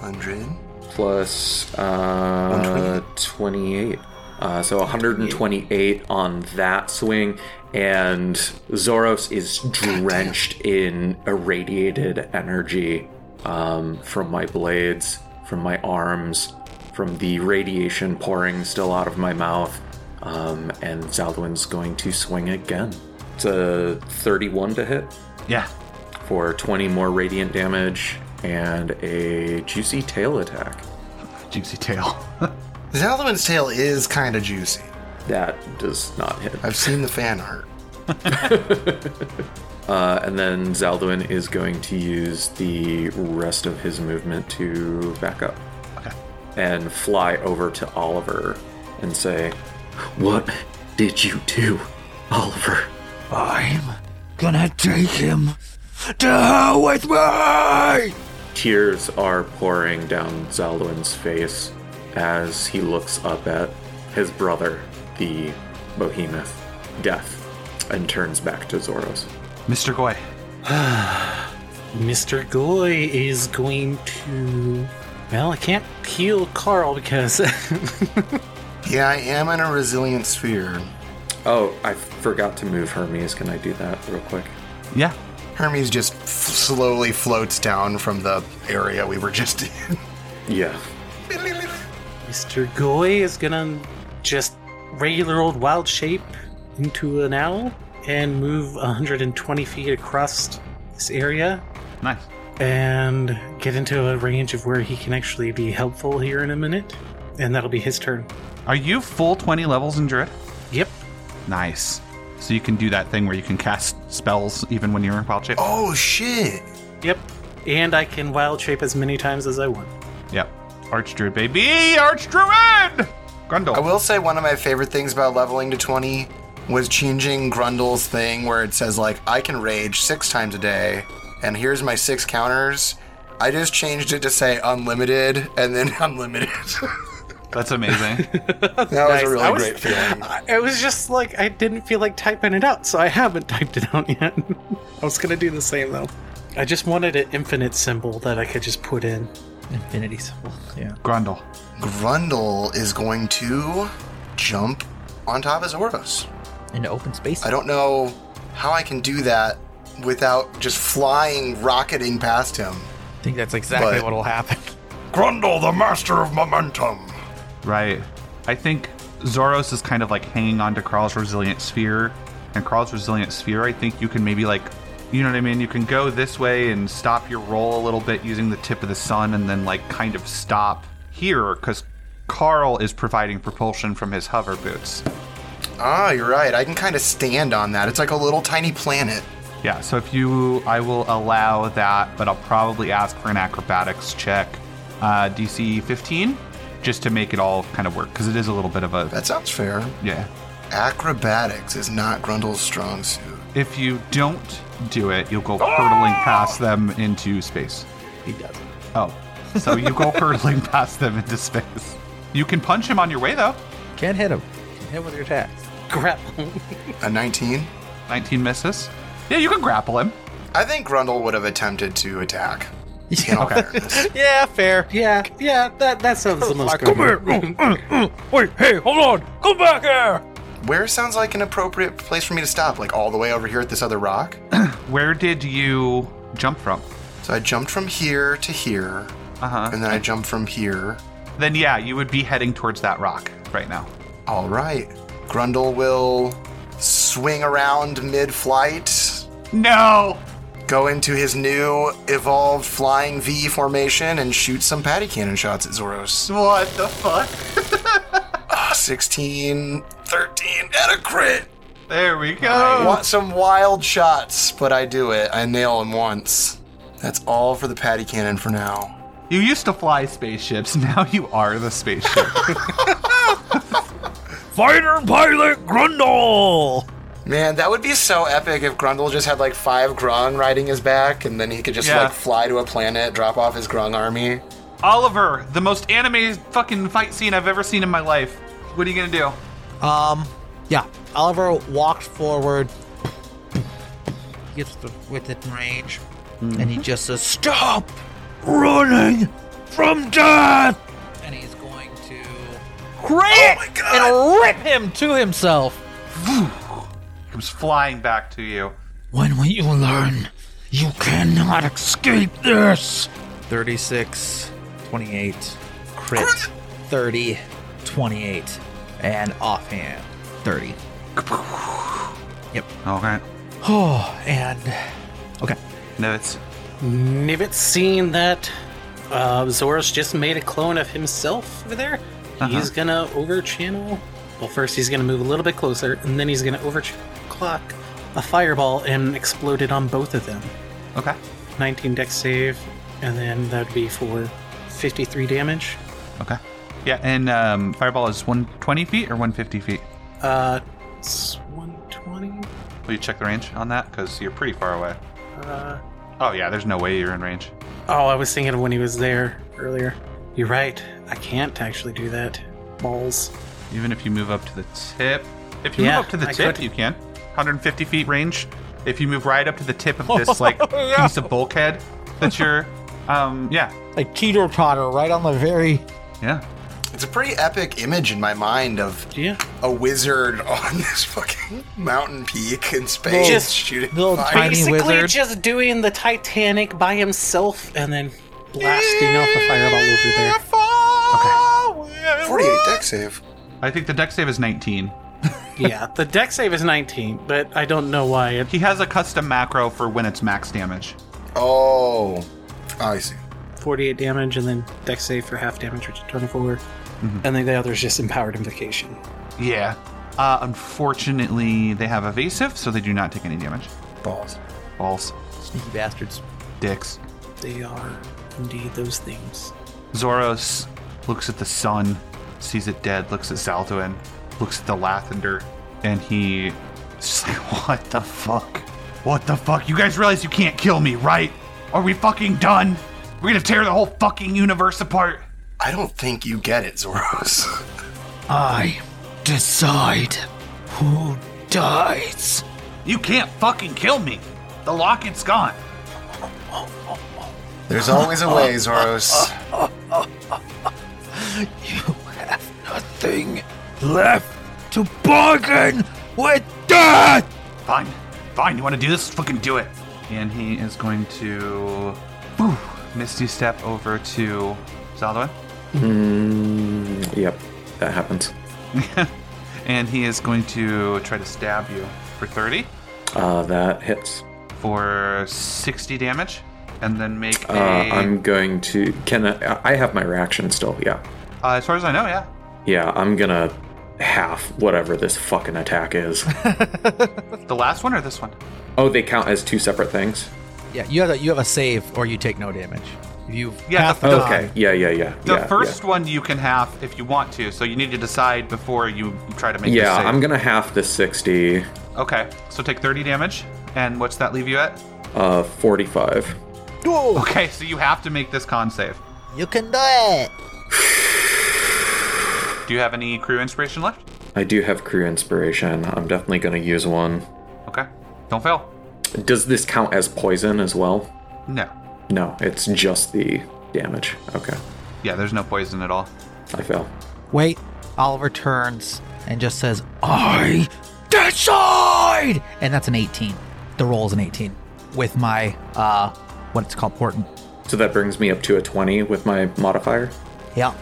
[SPEAKER 4] Hundred.
[SPEAKER 8] plus uh, 28. Uh, so 128 on that swing, and Zoros is drenched in irradiated energy um, from my blades, from my arms, from the radiation pouring still out of my mouth. Um, and Zaldwin's going to swing again. It's a 31 to hit
[SPEAKER 5] Yeah.
[SPEAKER 8] for 20 more radiant damage and a juicy tail attack.
[SPEAKER 5] Juicy tail.
[SPEAKER 4] Zaldwin's tail is kind of juicy.
[SPEAKER 8] That does not hit.
[SPEAKER 4] I've seen the fan art.
[SPEAKER 8] Uh, and then Zaldwin is going to use the rest of his movement to back up and fly over to Oliver and say, What did you do, Oliver?
[SPEAKER 7] I'm gonna take him to hell with me!
[SPEAKER 8] Tears are pouring down Zaldwin's face as he looks up at his brother, the Bohemoth, Death, and turns back to Zoros.
[SPEAKER 5] Mr. Goy.
[SPEAKER 2] Mr. Goy is going to. Well, I can't heal Carl because.
[SPEAKER 4] Yeah, I am in a resilient sphere.
[SPEAKER 8] Oh, I forgot to move Hermes. Can I do that real quick?
[SPEAKER 5] Yeah.
[SPEAKER 4] Hermes just f- slowly floats down from the area we were just in.
[SPEAKER 8] Yeah.
[SPEAKER 2] Mr. Goy is gonna just regular old wild shape into an owl and move 120 feet across this area
[SPEAKER 5] Nice.
[SPEAKER 2] and get into a range of where he can actually be helpful here in a minute. And that'll be his turn.
[SPEAKER 5] Are you full 20 levels in Druid?
[SPEAKER 2] Yep.
[SPEAKER 5] Nice. So you can do that thing where you can cast spells even when you're in wild shape.
[SPEAKER 4] Oh shit!
[SPEAKER 2] Yep. And I can wild shape as many times as I want.
[SPEAKER 5] Yep. Archdruid, baby! Archdruid! Grundle.
[SPEAKER 4] I will say one of my favorite things about leveling to 20 was changing Grundle's thing where it says, like, I can rage six times a day, and here's my six counters. I just changed it to say unlimited and then unlimited.
[SPEAKER 5] That's amazing.
[SPEAKER 4] that was a really
[SPEAKER 2] was-
[SPEAKER 4] great feeling.
[SPEAKER 2] It was just like I didn't feel like typing it out, so I haven't typed it out yet. I was gonna do the same though. I just wanted an infinite symbol that I could just put in.
[SPEAKER 6] Infinity symbol. Yeah.
[SPEAKER 5] Grundle.
[SPEAKER 4] Grundle is going to jump on top of Zoros.
[SPEAKER 6] Into open space.
[SPEAKER 4] I don't know how I can do that without just flying, rocketing past him.
[SPEAKER 6] think that's exactly
[SPEAKER 4] But-
[SPEAKER 6] what'll happen.
[SPEAKER 3] Grundle, the master of momentum.
[SPEAKER 5] Right. I think Zoros is kind of like hanging on to Carl's resilient sphere. And Carl's resilient sphere, I think you can maybe like, you know what I mean? You can go this way and stop your roll a little bit using the tip of the sun and then like kind of stop here because Carl is providing propulsion from his hover boots.
[SPEAKER 4] Ah, you're right. I can kind of stand on that. It's like a little tiny planet.
[SPEAKER 5] Yeah, so if you, I will allow that, but I'll probably ask for an acrobatics check, uh, DC 15, just to make it all kind of work, because it is a little bit of a,
[SPEAKER 4] That sounds fair.
[SPEAKER 5] yeah.
[SPEAKER 4] Acrobatics is not Grundle's strong suit.
[SPEAKER 5] If you don't do it, you'll go hurtling past them into space.
[SPEAKER 6] He doesn't.
[SPEAKER 5] Oh, so you go hurtling past them into space. You can punch him on your way, though.
[SPEAKER 6] Can't hit him. Can't hit him with your attacks.
[SPEAKER 2] Grapple.
[SPEAKER 4] A 19?
[SPEAKER 5] 19 misses. Yeah, you can grapple him.
[SPEAKER 4] I think Grundle would have attempted to attack. In all
[SPEAKER 5] Okay.
[SPEAKER 4] fairness.
[SPEAKER 6] Yeah, fair.
[SPEAKER 2] yeah, yeah, that that sounds the most.
[SPEAKER 7] Come here! Mm, mm, mm. Wait, hey, hold on! Come back here!
[SPEAKER 4] Where sounds like an appropriate place for me to stop? Like all the way over here at this other rock?
[SPEAKER 5] Where did you jump from?
[SPEAKER 4] So I jumped from here to here,
[SPEAKER 5] Uh huh.
[SPEAKER 4] and then I jumped from here.
[SPEAKER 5] Then, yeah, you would be heading towards that rock right now.
[SPEAKER 4] All right. Grundle will swing around mid flight,
[SPEAKER 5] No!
[SPEAKER 4] go into his new evolved flying V formation, and shoot some patty cannon shots at Zoros.
[SPEAKER 5] What the fuck?
[SPEAKER 4] 16, 13, and a crit.
[SPEAKER 5] There we go.
[SPEAKER 4] Want some wild shots, but I do it. I nail him once. That's all for the patty cannon for now.
[SPEAKER 5] You used to fly spaceships, now you are the spaceship.
[SPEAKER 7] Fighter Pilot Grundle!
[SPEAKER 4] Man, that would be so epic if Grundle just had like five Grung riding his back, and then he could just
[SPEAKER 5] Yeah.
[SPEAKER 4] like fly to a planet, drop off his Grung army.
[SPEAKER 5] Oliver, the most anime fucking fight scene I've ever seen in my life. What are you gonna do?
[SPEAKER 7] Um, yeah. Oliver walks forward, gets the- within range,
[SPEAKER 6] And he just says,
[SPEAKER 7] Stop running from death!
[SPEAKER 6] and he's going to
[SPEAKER 7] Crit! and rip him to himself.
[SPEAKER 5] Comes flying back to you.
[SPEAKER 7] When will you learn? You cannot escape this!
[SPEAKER 6] 36, 28, crit, 30, 28, and offhand 30.
[SPEAKER 5] Okay.
[SPEAKER 6] Oh, and okay.
[SPEAKER 5] No, it's
[SPEAKER 2] Nivet's seen that uh, Zoros just made a clone of himself over there. He's gonna overchannel. Well, first he's gonna move a little bit closer, and then he's gonna overclock a fireball and explode it on both of them.
[SPEAKER 5] okay.
[SPEAKER 2] 19 dex save, and then that'd be for 53 damage.
[SPEAKER 5] Okay. Yeah, and um, fireball is 120 feet or 150 feet.
[SPEAKER 2] Uh, it's 120.
[SPEAKER 5] Will you check the range on that? Because you're pretty far away.
[SPEAKER 2] Uh,
[SPEAKER 5] Oh yeah, there's no way you're in range.
[SPEAKER 2] oh, I was thinking of when he was there earlier. You're right. I can't actually do that. Balls.
[SPEAKER 5] Even if you move up to the tip, If you
[SPEAKER 2] Yeah,
[SPEAKER 5] move up to the
[SPEAKER 2] I
[SPEAKER 5] tip,
[SPEAKER 2] could.
[SPEAKER 5] you can. 150 feet range. If you move right up to the tip of this like piece of bulkhead that you're, um, yeah,
[SPEAKER 7] Like teeter totter right on the very.
[SPEAKER 5] yeah.
[SPEAKER 4] It's a pretty epic image in my mind of
[SPEAKER 2] Yeah.
[SPEAKER 4] a wizard on this fucking mountain peak in space
[SPEAKER 2] Just
[SPEAKER 4] shooting
[SPEAKER 7] little
[SPEAKER 4] fire.
[SPEAKER 7] tiny-
[SPEAKER 2] Basically,
[SPEAKER 7] wizard.
[SPEAKER 2] just doing the Titanic by himself and then blasting off a fireball over there.
[SPEAKER 4] 48 deck save.
[SPEAKER 5] I think the deck save is 19.
[SPEAKER 2] Yeah, the deck save is 19, but I don't know why. It,
[SPEAKER 5] He has a custom macro for when it's max damage.
[SPEAKER 4] Oh, I see.
[SPEAKER 2] 48 damage and then deck save for half damage, which is 24.
[SPEAKER 7] Mm-hmm.
[SPEAKER 2] And then the other is just empowered invocation.
[SPEAKER 5] Yeah. Uh, unfortunately, they have evasive, so they do not take any damage.
[SPEAKER 4] Balls.
[SPEAKER 5] Balls,
[SPEAKER 6] Sneaky bastards.
[SPEAKER 5] dicks.
[SPEAKER 2] They are indeed those things.
[SPEAKER 5] Zoros looks at the sun, sees it dead, looks at Zalduin, looks at the Lathander, and he just like, what the fuck? What the fuck? You guys realize you can't kill me, right? Are we fucking done? We're gonna tear the whole fucking universe apart.
[SPEAKER 4] I don't think you get it, Zoros.
[SPEAKER 6] I decide who dies.
[SPEAKER 5] You can't fucking kill me. The locket's gone.
[SPEAKER 4] There's always a way, Zoros.
[SPEAKER 6] You have nothing left to bargain with death.
[SPEAKER 5] Fine. Fine. You want to do this? Fucking do it. And he is going to whew, Misty step over to Zaldwin.
[SPEAKER 8] Yep, that happens.
[SPEAKER 5] and he is going to try to stab you for 30
[SPEAKER 8] Uh, that hits.
[SPEAKER 5] for 60 damage and then make
[SPEAKER 8] Uh,
[SPEAKER 5] a
[SPEAKER 8] I'm going to. Can I? I have my reaction still. Yeah.
[SPEAKER 5] uh, as far as I know, yeah.
[SPEAKER 8] Yeah, I'm gonna half whatever this fucking attack is.
[SPEAKER 5] The last one or this one?
[SPEAKER 8] oh, they count as two separate things.
[SPEAKER 6] Yeah, you have a, you have a save or you take no damage. You
[SPEAKER 5] Yeah, the, the-
[SPEAKER 8] Okay. Yeah, yeah, yeah.
[SPEAKER 5] the
[SPEAKER 8] yeah, yeah.
[SPEAKER 5] first one you can half if you want to, so you need to decide before you try to make
[SPEAKER 8] Yeah,
[SPEAKER 5] this save.
[SPEAKER 8] I'm gonna half the 60,
[SPEAKER 5] Okay, so take 30 damage and what's that leave you at?
[SPEAKER 8] uh, 45.
[SPEAKER 5] Okay, so you have to make this con save.
[SPEAKER 6] you can do it.
[SPEAKER 5] Do you have any crew inspiration left?
[SPEAKER 8] I do have crew inspiration. I'm definitely gonna use one.
[SPEAKER 5] Okay. Don't fail.
[SPEAKER 8] Does this count as poison as well?
[SPEAKER 5] No.
[SPEAKER 8] No, it's just the damage. Okay,
[SPEAKER 5] Yeah, there's no poison at all.
[SPEAKER 8] I fail.
[SPEAKER 6] Wait. Oliver turns and just says, I decide! And that's an 18. The roll is an 18 with my, uh, what it's called, portent.
[SPEAKER 8] So that brings me up to a 20 with my modifier.
[SPEAKER 6] Yeah.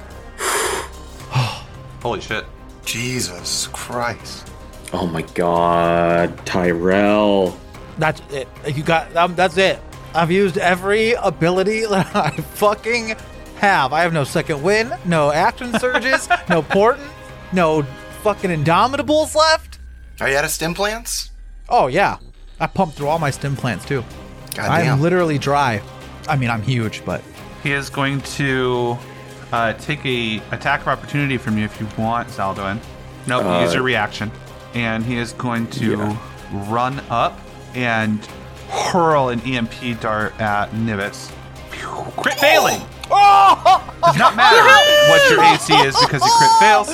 [SPEAKER 5] Holy shit.
[SPEAKER 4] Jesus Christ.
[SPEAKER 8] Oh my god, Tyrell.
[SPEAKER 7] That's it. You got. Um, that's it. I've used every ability that I fucking have. I have no second win, no action surges, no portent, no fucking indomitables left.
[SPEAKER 4] Are you out of stem plants?
[SPEAKER 7] Oh yeah, I pumped through all my stem plants too. I am
[SPEAKER 4] Goddamn.
[SPEAKER 7] literally dry. I mean, I'm huge, but
[SPEAKER 5] He is going to uh, take a attack of opportunity from you if you want, Zaldoin. No,
[SPEAKER 8] Uh,
[SPEAKER 5] use your reaction. And he is going to
[SPEAKER 8] Yeah.
[SPEAKER 5] run up and hurl an EMP dart at Nibbits. Phew, Crit failing!
[SPEAKER 8] Oh!
[SPEAKER 5] Does not matter what your AC is because he crit fails.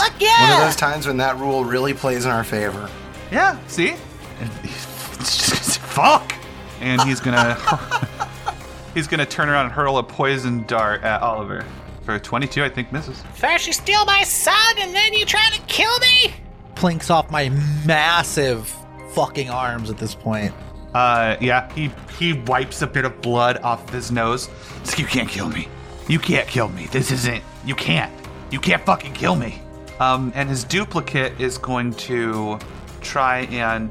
[SPEAKER 4] One of those times when that rule really plays in our favor.
[SPEAKER 5] Yeah, see? And it's just- Fuck! And he's gonna he's gonna turn around and hurl a poison dart at Oliver for a 22. I think misses.
[SPEAKER 2] First, you steal my son and then you try to kill me?
[SPEAKER 7] plinks off my massive fucking arms at this point.
[SPEAKER 5] Uh, yeah, he he wipes a bit of blood off of his nose. It's like, you can't kill me. You can't kill me. This isn't. You can't. You can't fucking kill me. Um, and his duplicate is going to try and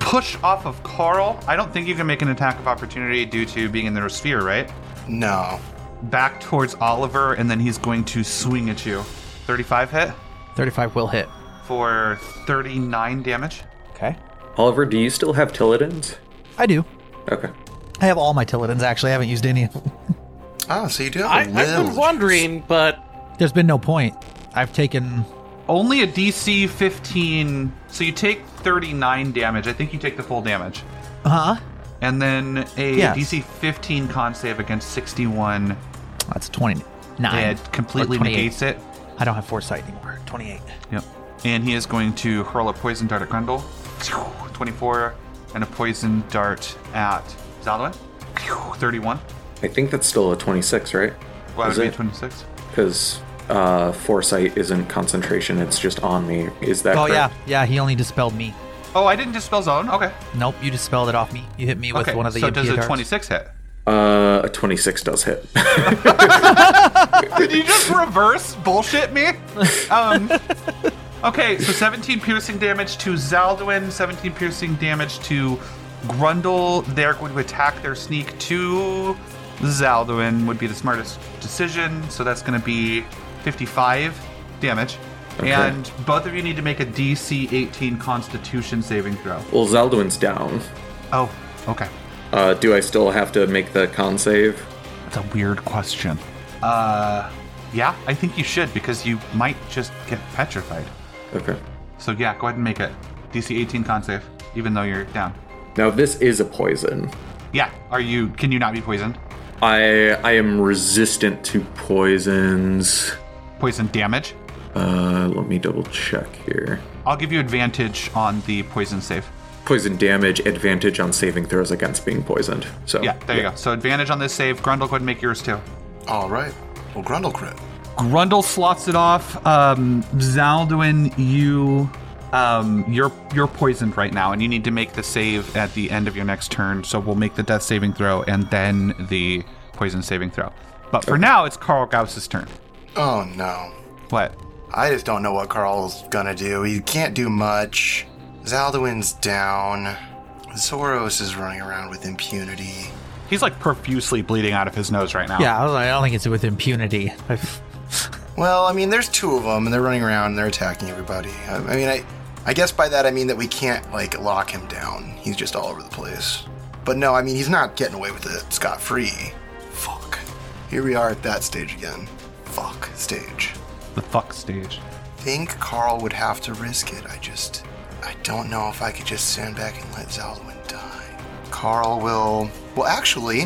[SPEAKER 5] push off of Carl. I don't think you can make an attack of opportunity due to being in the sphere, right?
[SPEAKER 4] No.
[SPEAKER 5] Back towards Oliver, and then he's going to swing at you. 35 hit
[SPEAKER 6] 35 will hit.
[SPEAKER 5] for 39 damage.
[SPEAKER 6] Okay.
[SPEAKER 8] Oliver, do you still have Tilidins?
[SPEAKER 6] I do.
[SPEAKER 8] Okay.
[SPEAKER 6] I have all my Tilidins, actually. I haven't used any of them.
[SPEAKER 4] Oh, so you do have
[SPEAKER 2] I,
[SPEAKER 4] a
[SPEAKER 2] I've been
[SPEAKER 4] little-
[SPEAKER 2] wondering, but
[SPEAKER 6] There's been no point. I've taken.
[SPEAKER 5] Only a DC 15. So you take 39 damage. I think you take the full damage.
[SPEAKER 6] Huh?
[SPEAKER 5] And then a
[SPEAKER 6] Yes.
[SPEAKER 5] DC 15 con save against 61.
[SPEAKER 6] That's 29.
[SPEAKER 5] It completely
[SPEAKER 6] Or 28.
[SPEAKER 5] negates it.
[SPEAKER 6] I don't have foresight anymore. 28.
[SPEAKER 5] Yep. And he is going to hurl a poison dart at Grendel. 24. And a poison dart at Zaldwin. 31.
[SPEAKER 8] I think that's still a 26, right?
[SPEAKER 5] Well,
[SPEAKER 8] Is
[SPEAKER 5] that would
[SPEAKER 8] it?
[SPEAKER 5] be 26.
[SPEAKER 8] Because uh, foresight isn't concentration; it's just on me. Is that?
[SPEAKER 6] Oh, yeah.
[SPEAKER 8] correct?
[SPEAKER 6] Yeah, he only dispelled me.
[SPEAKER 5] Oh, I didn't dispel zone. Okay.
[SPEAKER 6] Nope, you dispelled it off me. You hit me with
[SPEAKER 5] okay.
[SPEAKER 6] one of the
[SPEAKER 5] so
[SPEAKER 6] EMP
[SPEAKER 5] does a
[SPEAKER 6] attacks.
[SPEAKER 5] 26 hit?
[SPEAKER 8] Uh, a 26 does hit.
[SPEAKER 5] Did you just reverse bullshit me? Um, okay, so 17 piercing damage to Zaldwin, 17 piercing damage to Grundle. They're going to attack their sneak to Zaldwin, would be the smartest decision. So that's going to be 55 damage. And both of you need to make a DC 18 Constitution saving throw.
[SPEAKER 8] well, Zaldwin's down.
[SPEAKER 5] Oh, okay.
[SPEAKER 8] Uh, do I still have to make the con save?
[SPEAKER 5] That's a weird question. Uh, yeah, I think you should because you might just get petrified.
[SPEAKER 8] Okay.
[SPEAKER 5] So yeah, go ahead and make it. DC 18 con save, even though you're down.
[SPEAKER 8] Now this is a poison.
[SPEAKER 5] Yeah, are you? Can you not be poisoned?
[SPEAKER 8] I I am resistant to poisons.
[SPEAKER 5] Poison damage.
[SPEAKER 8] Uh, let me double check here.
[SPEAKER 5] I'll give you advantage on the poison save.
[SPEAKER 8] Poison damage advantage on saving throws against being poisoned. So
[SPEAKER 5] Yeah, there you go. So advantage on this save. Grundle, go ahead and make yours too.
[SPEAKER 4] All right. Well, Grundle crit.
[SPEAKER 5] Grundle slots it off. Um, Zaldwin, you, um, you're you're poisoned right now, and you need to make the save at the end of your next turn. So we'll make the death saving throw and then the poison saving throw. But for now, it's Carl Gauss's turn.
[SPEAKER 4] Oh no.
[SPEAKER 5] What?
[SPEAKER 4] I just don't know what Carl's gonna do. He can't do much. Zaldwin's down. Zoros is running around with impunity.
[SPEAKER 5] He's like profusely bleeding out of his nose right now.
[SPEAKER 6] Yeah, I, was like, I don't think it's with impunity.
[SPEAKER 4] Well, I mean, there's two of them, and they're running around and they're attacking everybody. I, I mean, I, I guess by that I mean that we can't like lock him down. He's just all over the place. But no, I mean he's not getting away with it scot free. Fuck. Here we are at that stage again. Fuck stage.
[SPEAKER 5] The fuck stage.
[SPEAKER 4] Think Carl would have to risk it. I just, I don't know if I could just stand back and let Zaldwin die. Carl will. Well, actually,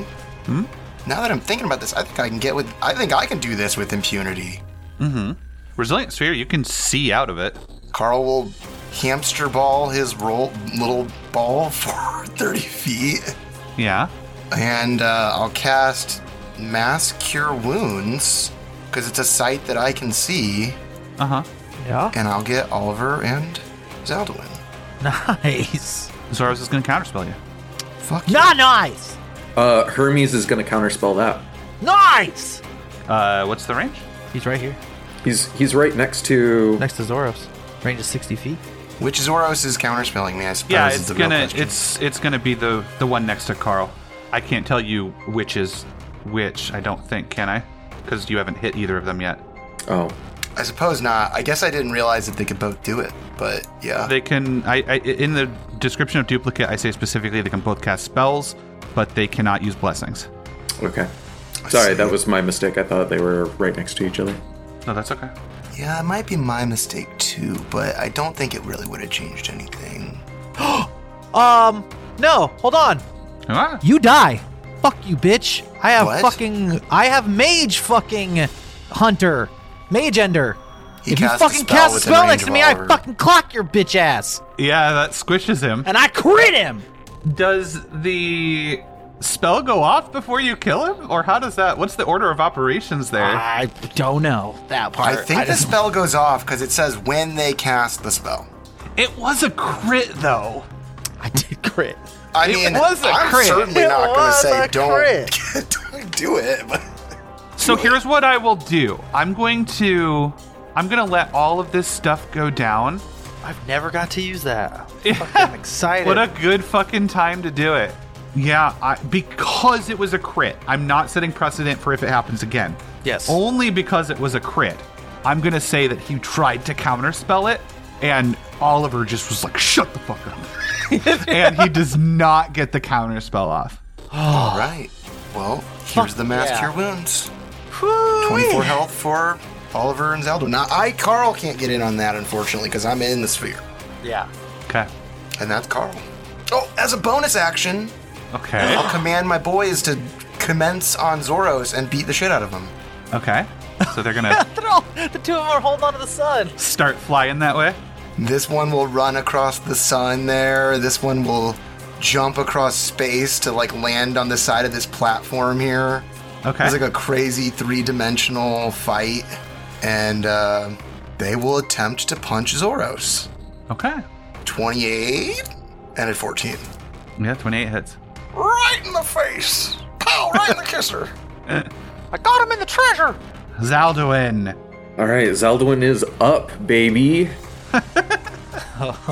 [SPEAKER 4] hmm? now that I'm thinking about this, I think I can get with. I think I can do this with impunity.
[SPEAKER 5] Resilient sphere, you can see out of it.
[SPEAKER 4] Carl will hamster ball his roll little ball for 30 feet,
[SPEAKER 5] Yeah.
[SPEAKER 4] and uh, I'll cast Mass Cure Wounds because it's a sight that I can see,
[SPEAKER 5] Uh huh.
[SPEAKER 6] yeah.
[SPEAKER 4] and I'll get Oliver and Zeldwin.
[SPEAKER 6] Nice.
[SPEAKER 5] Zoros is gonna counterspell you.
[SPEAKER 4] Fuck yeah.
[SPEAKER 6] Not nice.
[SPEAKER 8] Uh, Hermes is gonna counterspell that.
[SPEAKER 6] Nice.
[SPEAKER 5] Uh, what's the range?
[SPEAKER 6] He's right here,
[SPEAKER 8] He's he's right next to.
[SPEAKER 6] next to Zoros. Range is 60 feet.
[SPEAKER 4] Which Zoros is counterspelling me, I suppose.
[SPEAKER 5] Yeah,
[SPEAKER 4] is
[SPEAKER 5] it's
[SPEAKER 4] the real
[SPEAKER 5] gonna
[SPEAKER 4] question.
[SPEAKER 5] it's it's gonna be the the one next to Carl. I can't tell you which is which. I don't think can I? Because you haven't hit either of them yet.
[SPEAKER 8] Oh,
[SPEAKER 4] I suppose not. I guess I didn't realize that they could both do it, but yeah.
[SPEAKER 5] They can. I, I in the description of duplicate, I say specifically they can both cast spells, but they cannot use blessings.
[SPEAKER 8] okay. Sorry,
[SPEAKER 4] see.
[SPEAKER 8] that was my mistake. I thought they were right next to each other.
[SPEAKER 5] No, that's okay.
[SPEAKER 4] yeah, it might be my mistake too, but I don't think it really would have changed anything.
[SPEAKER 6] Um, no, hold on.
[SPEAKER 5] Ah,
[SPEAKER 6] You die. Fuck you, bitch. I have
[SPEAKER 4] What?
[SPEAKER 6] fucking. I have mage fucking hunter. Mage ender.
[SPEAKER 4] He
[SPEAKER 6] if you
[SPEAKER 4] cast a
[SPEAKER 6] fucking
[SPEAKER 4] spell
[SPEAKER 6] cast a
[SPEAKER 4] within
[SPEAKER 6] spell
[SPEAKER 4] range
[SPEAKER 6] next
[SPEAKER 4] of
[SPEAKER 6] to me,
[SPEAKER 4] Oliver.
[SPEAKER 6] I fucking clock your bitch ass.
[SPEAKER 5] yeah, that squishes him.
[SPEAKER 6] And I crit him.
[SPEAKER 5] Does the spell go off before you kill him, or how does that? What's the order of operations there?
[SPEAKER 6] I don't know that part.
[SPEAKER 4] I think the
[SPEAKER 6] just-
[SPEAKER 4] spell goes off because it says when they cast the spell.
[SPEAKER 5] It was a crit, though.
[SPEAKER 6] I did crit.
[SPEAKER 4] I
[SPEAKER 5] It
[SPEAKER 4] mean,
[SPEAKER 5] was a
[SPEAKER 4] I'm
[SPEAKER 5] crit.
[SPEAKER 4] certainly
[SPEAKER 6] It
[SPEAKER 4] not going to
[SPEAKER 6] was
[SPEAKER 4] say
[SPEAKER 6] a
[SPEAKER 4] don't, don't do it. But
[SPEAKER 5] So here's what I will do. I'm going to, I'm gonna let all of this stuff go down.
[SPEAKER 6] I've never got to use that. I'm excited.
[SPEAKER 5] What a good fucking time to do it. Yeah, I, because it was a crit. I'm not setting precedent for if it happens again.
[SPEAKER 6] Yes.
[SPEAKER 5] Only because it was a crit. I'm gonna say that he tried to counterspell it, and Oliver just was like, "Shut the fuck up," and he does not get the counterspell off.
[SPEAKER 4] all right, well, here's the mass
[SPEAKER 6] yeah.
[SPEAKER 4] cure wounds. Twenty-four health for Oliver and Zelda. Now I, Carl, can't get in on that unfortunately because I'm in the sphere,
[SPEAKER 6] yeah.
[SPEAKER 5] Okay.
[SPEAKER 4] and that's Carl. Oh, as a bonus action,
[SPEAKER 5] Okay.
[SPEAKER 4] I'll command my boys to commence on Zoros and beat the shit out of him.
[SPEAKER 5] Okay. So they're gonna
[SPEAKER 6] They're all- the two of them are holding onto the sun.
[SPEAKER 5] start flying that way.
[SPEAKER 4] This one will run across the sun there. This one will jump across space to like land on the side of this platform here.
[SPEAKER 5] Okay.
[SPEAKER 4] It's like a crazy three dimensional fight. And uh, they will attempt to punch Zoros.
[SPEAKER 5] okay.
[SPEAKER 4] 28 and a 14.
[SPEAKER 5] Yeah, 28 hits.
[SPEAKER 3] Right in the face. Pow, right in the kisser.
[SPEAKER 6] I got him in the treasure.
[SPEAKER 5] Zaldwin.
[SPEAKER 8] All right, Zeldwin is up, baby.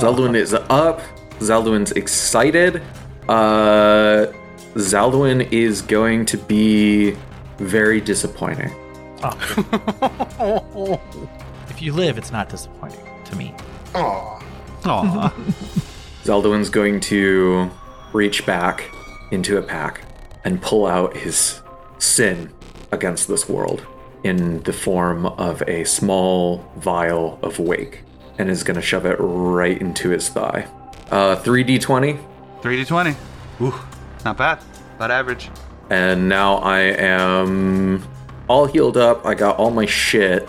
[SPEAKER 8] Zeldwin is up. Zeldwin's excited. Uh, Zeldwin is going to be very disappointing.
[SPEAKER 6] If you live, it's not disappointing to me.
[SPEAKER 5] Aw.
[SPEAKER 8] Zeldwin's going to reach back into a pack and pull out his sin against this world in the form of a small vial of wake and is going to shove it right into his thigh. Uh, 3d20,
[SPEAKER 5] 3 to 20. Ooh, not bad. About average.
[SPEAKER 8] and now I am all healed up. I got all my shit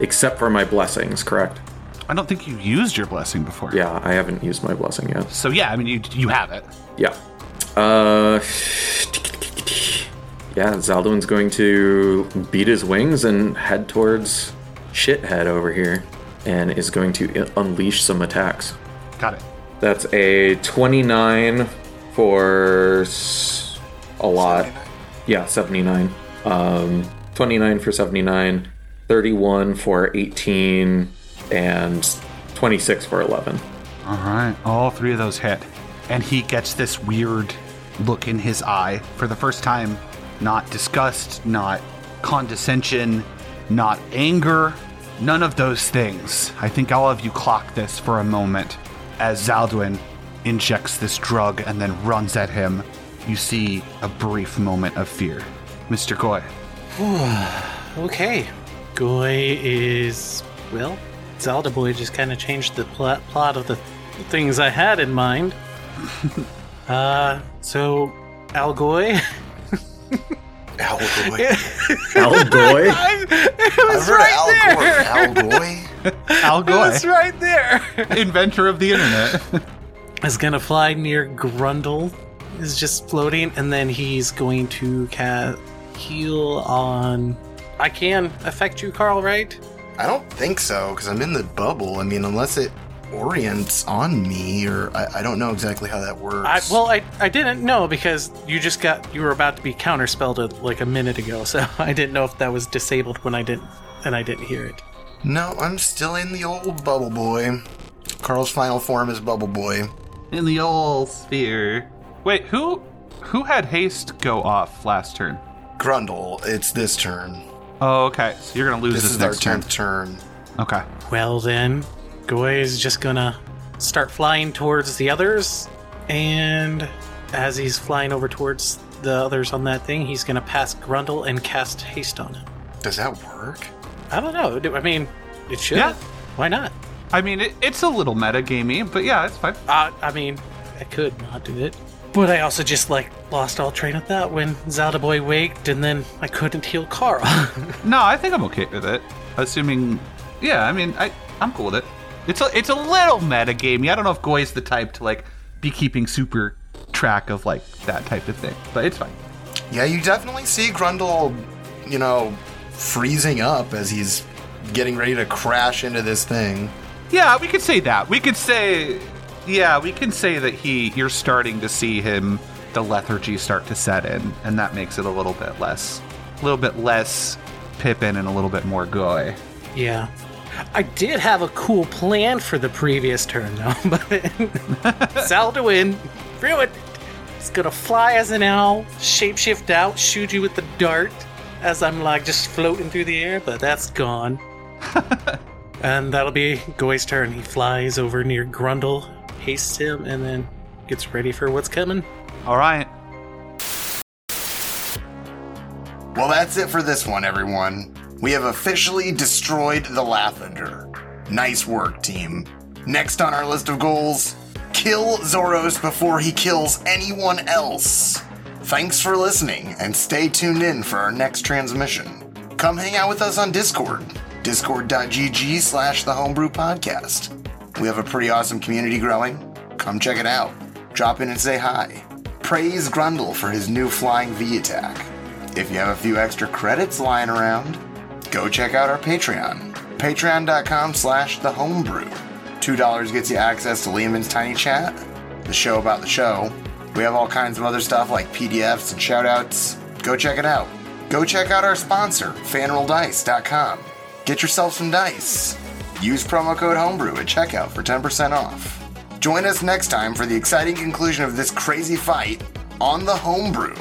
[SPEAKER 8] except for my blessings, correct?
[SPEAKER 5] I don't think you used your blessing before.
[SPEAKER 8] Yeah, I haven't used my blessing yet.
[SPEAKER 5] So yeah, I mean you you have it.
[SPEAKER 8] Yeah. Uh, yeah, Zaldwin's going to beat his wings and head towards Shithead over here and is going to i- unleash some attacks.
[SPEAKER 5] Got it.
[SPEAKER 8] That's a 29 for s- a lot. Yeah, 79. Um, 29 for 79, 31 for 18, and 26 for 11.
[SPEAKER 5] All right. All three of those hit. And he gets this weird look in his eye for the first time. Not disgust, not condescension, not anger, none of those things. I think all of you clock this for a moment as Zaldwin injects this drug and then runs at him. You see a brief moment of fear. Mr. Goy.
[SPEAKER 2] Okay. Goy is. Well, Zelda Boy just kind of changed the plot, plot of the things I had in mind. uh, so, Al Goy.
[SPEAKER 4] Al Goy.
[SPEAKER 8] Algoy?
[SPEAKER 2] it
[SPEAKER 4] I've
[SPEAKER 2] was
[SPEAKER 4] heard
[SPEAKER 2] right there!
[SPEAKER 4] Al Goy. Al Goy.
[SPEAKER 5] Al
[SPEAKER 2] It was right there!
[SPEAKER 5] inventor of the internet.
[SPEAKER 2] is gonna fly near Grundle. Is just floating, and then he's going to cast heal on. I can affect you, Carl. Right?
[SPEAKER 4] I don't think so, because I'm in the bubble. I mean, unless it orients on me, or I, I don't know exactly how that works.
[SPEAKER 2] I, well, I I didn't know because you just got you were about to be counterspelled a, like a minute ago, so I didn't know if that was disabled when I didn't and I didn't hear it.
[SPEAKER 4] no, I'm still in the old bubble boy. Carl's final form is bubble boy.
[SPEAKER 5] in the old sphere. Wait, who who had haste go off last turn?
[SPEAKER 4] Grundle, it's this turn.
[SPEAKER 5] Oh, okay. So you're gonna lose
[SPEAKER 4] This,
[SPEAKER 5] this,
[SPEAKER 4] is our
[SPEAKER 5] next turn.
[SPEAKER 4] tenth turn.
[SPEAKER 5] Okay.
[SPEAKER 2] Well then, Goy is just gonna start flying towards the others, and as he's flying over towards the others on that thing, he's gonna pass Grundle and cast haste on him.
[SPEAKER 4] Does that work?
[SPEAKER 2] I don't know. Do- I mean, it should.
[SPEAKER 5] Yeah.
[SPEAKER 2] Why not?
[SPEAKER 5] I mean, it, it's a little meta gamey, but yeah, it's fine.
[SPEAKER 2] Uh, I mean, I could not do it. But I also just like lost all train of thought when Zelda Boy waked, and then I couldn't heal Carl.
[SPEAKER 5] No, I think I'm okay with it. Assuming, yeah, I mean, I I'm cool with it. It's a it's a little meta gamey. I don't know if Goy's the type to like be keeping super track of like that type of thing, but it's fine.
[SPEAKER 4] Yeah, you definitely see Grundle, you know, freezing up as he's getting ready to crash into this thing.
[SPEAKER 5] Yeah, we could say that. We could say, yeah, we can say that he. You're starting to see him, the lethargy start to set in, and that makes it a little bit less, a little bit less Pippin and a little bit more Goy.
[SPEAKER 2] yeah. I did have a cool plan for the previous turn, though, but Zaldwin ruined it. He's gonna fly as an owl, shapeshift out, shoot you with the dart as I'm like just floating through the air, but that's gone. and that'll be Goy's turn. He flies over near Grundle, hastes him, and then gets ready for what's coming.
[SPEAKER 5] All right.
[SPEAKER 4] Well, that's it for this one, everyone. We have officially destroyed the Lavender. Nice work, team. Next on our list of goals kill Zoros before he kills anyone else. Thanks for listening, and stay tuned in for our next transmission. come hang out with us on Discord. Discord.gg slash the homebrew podcast. We have a pretty awesome community growing. Come check it out. Drop in and say hi. Praise Grundle for his new flying V attack. If you have a few extra credits lying around, go check out our Patreon. Patreon.com slash the homebrew. $2 gets you access to Lehman's Tiny Chat, the show about the show. We have all kinds of other stuff like PDFs and shoutouts. Go check it out. Go check out our sponsor, fanrolldice.com. Get yourself some dice. Use promo code homebrew at checkout for 10% off. Join us next time for the exciting conclusion of this crazy fight on the homebrew.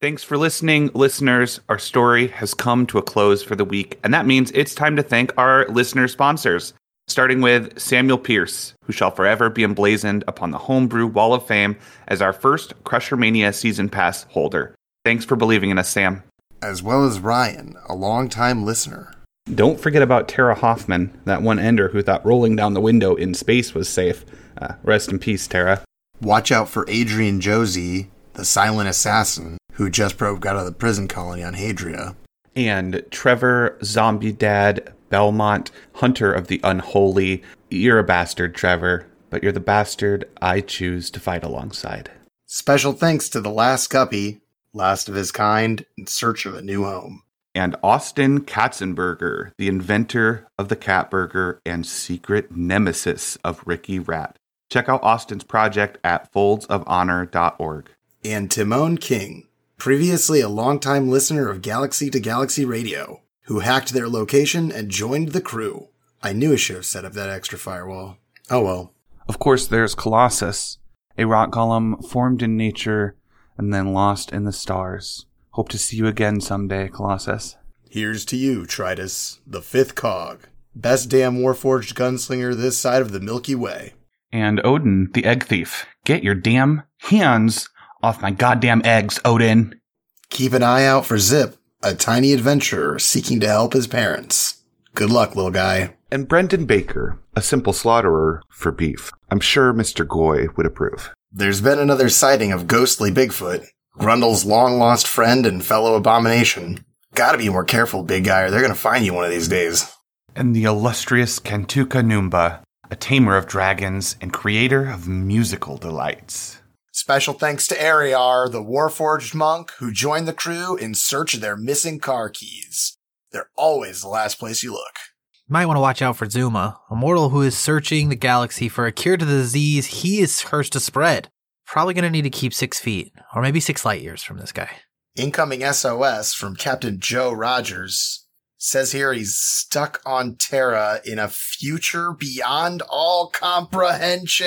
[SPEAKER 5] Thanks for listening, listeners. Our story has come to a close for the week, and that means it's time to thank our listener sponsors, starting with Samuel Pierce, who shall forever be emblazoned upon the homebrew wall of fame as our first Crusher Mania season pass holder. Thanks for believing in us, Sam.
[SPEAKER 4] as well as Ryan, a longtime listener.
[SPEAKER 5] Don't forget about Tara Hoffman, that one ender who thought rolling down the window in space was safe. Uh, rest in peace, Tara.
[SPEAKER 4] Watch out for Adrian Josie, the silent assassin who just broke out of the prison colony on Hadria.
[SPEAKER 5] and Trevor, Zombie Dad, Belmont, Hunter of the Unholy. You're a bastard, Trevor, but you're the bastard I choose to fight alongside.
[SPEAKER 4] Special thanks to the last guppy, last of his kind, in search of a new home.
[SPEAKER 5] And Austin Katzenberger, the inventor of the cat burger and secret nemesis of Ricky Rat. Check out Austin's project at foldsofhonor.org.
[SPEAKER 4] And Timon King, previously a longtime listener of Galaxy to Galaxy Radio, who hacked their location and joined the crew. I knew I should have set up that extra firewall. Oh well.
[SPEAKER 5] Of course, there's Colossus, a rock golem formed in nature and then lost in the stars. Hope to see you again someday, Colossus.
[SPEAKER 4] Here's to you, Tritus, the fifth cog, best damn warforged gunslinger this side of the Milky Way.
[SPEAKER 5] And Odin, the egg thief, get your damn hands off my goddamn eggs, Odin.
[SPEAKER 4] Keep an eye out for Zip, a tiny adventurer seeking to help his parents. Good luck, little guy.
[SPEAKER 5] And Brendan Baker, a simple slaughterer for beef. I'm sure Mr. Goy would approve.
[SPEAKER 4] There's been another sighting of ghostly Bigfoot, Grundle's long lost friend and fellow abomination. Gotta be more careful, big guy, or they're gonna find you one of these days.
[SPEAKER 5] And the illustrious Kantuka Numba, a tamer of dragons and creator of musical delights.
[SPEAKER 4] Special thanks to Ariar, the warforged monk who joined the crew in search of their missing car keys. They're always the last place you look.
[SPEAKER 6] Might want to watch out for Zuma, a mortal who is searching the galaxy for a cure to the disease he is cursed to spread. Probably going to need to keep six feet, or maybe six light years from this guy.
[SPEAKER 4] Incoming SOS from Captain Joe Rogers says here he's stuck on Terra in a future beyond all comprehension.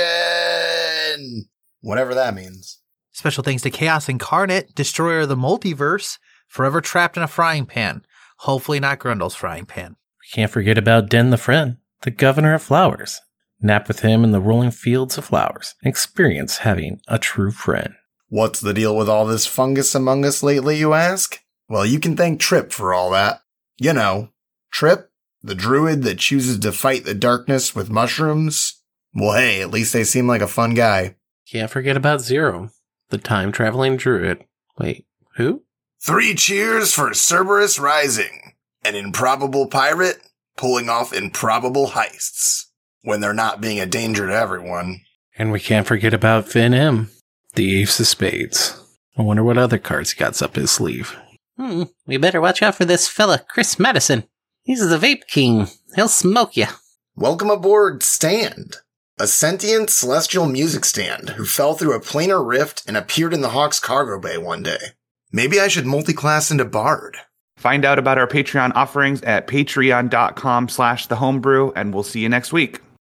[SPEAKER 4] Whatever that means.
[SPEAKER 6] Special thanks to Chaos Incarnate, Destroyer of the Multiverse, forever trapped in a frying pan. Hopefully not Grundle's frying pan.
[SPEAKER 10] Can't forget about Den the Friend, the governor of flowers. Nap with him in the rolling fields of flowers. and Experience having a true friend.
[SPEAKER 4] What's the deal with all this fungus among us lately, you ask? Well, you can thank Trip for all that. You know, Trip, the druid that chooses to fight the darkness with mushrooms. Well, hey, at least they seem like a fun guy.
[SPEAKER 10] Can't forget about Zero, the time traveling druid. Wait, who?
[SPEAKER 4] Three cheers for Cerberus Rising, an improbable pirate pulling off improbable heists when they're not being a danger to everyone.
[SPEAKER 10] And we can't forget about Finn M, the ace of spades. I wonder what other cards he got up his sleeve.
[SPEAKER 2] Hmm, we better watch out for this fella, Chris Madison. He's the vape king. He'll smoke ya.
[SPEAKER 4] Welcome aboard Stand, a sentient celestial music stand who fell through a planar rift and appeared in the Hawk's cargo bay one day. Maybe I should multiclass into Bard.
[SPEAKER 5] Find out about our Patreon offerings at patreon.com slash the homebrew, and we'll see you next week.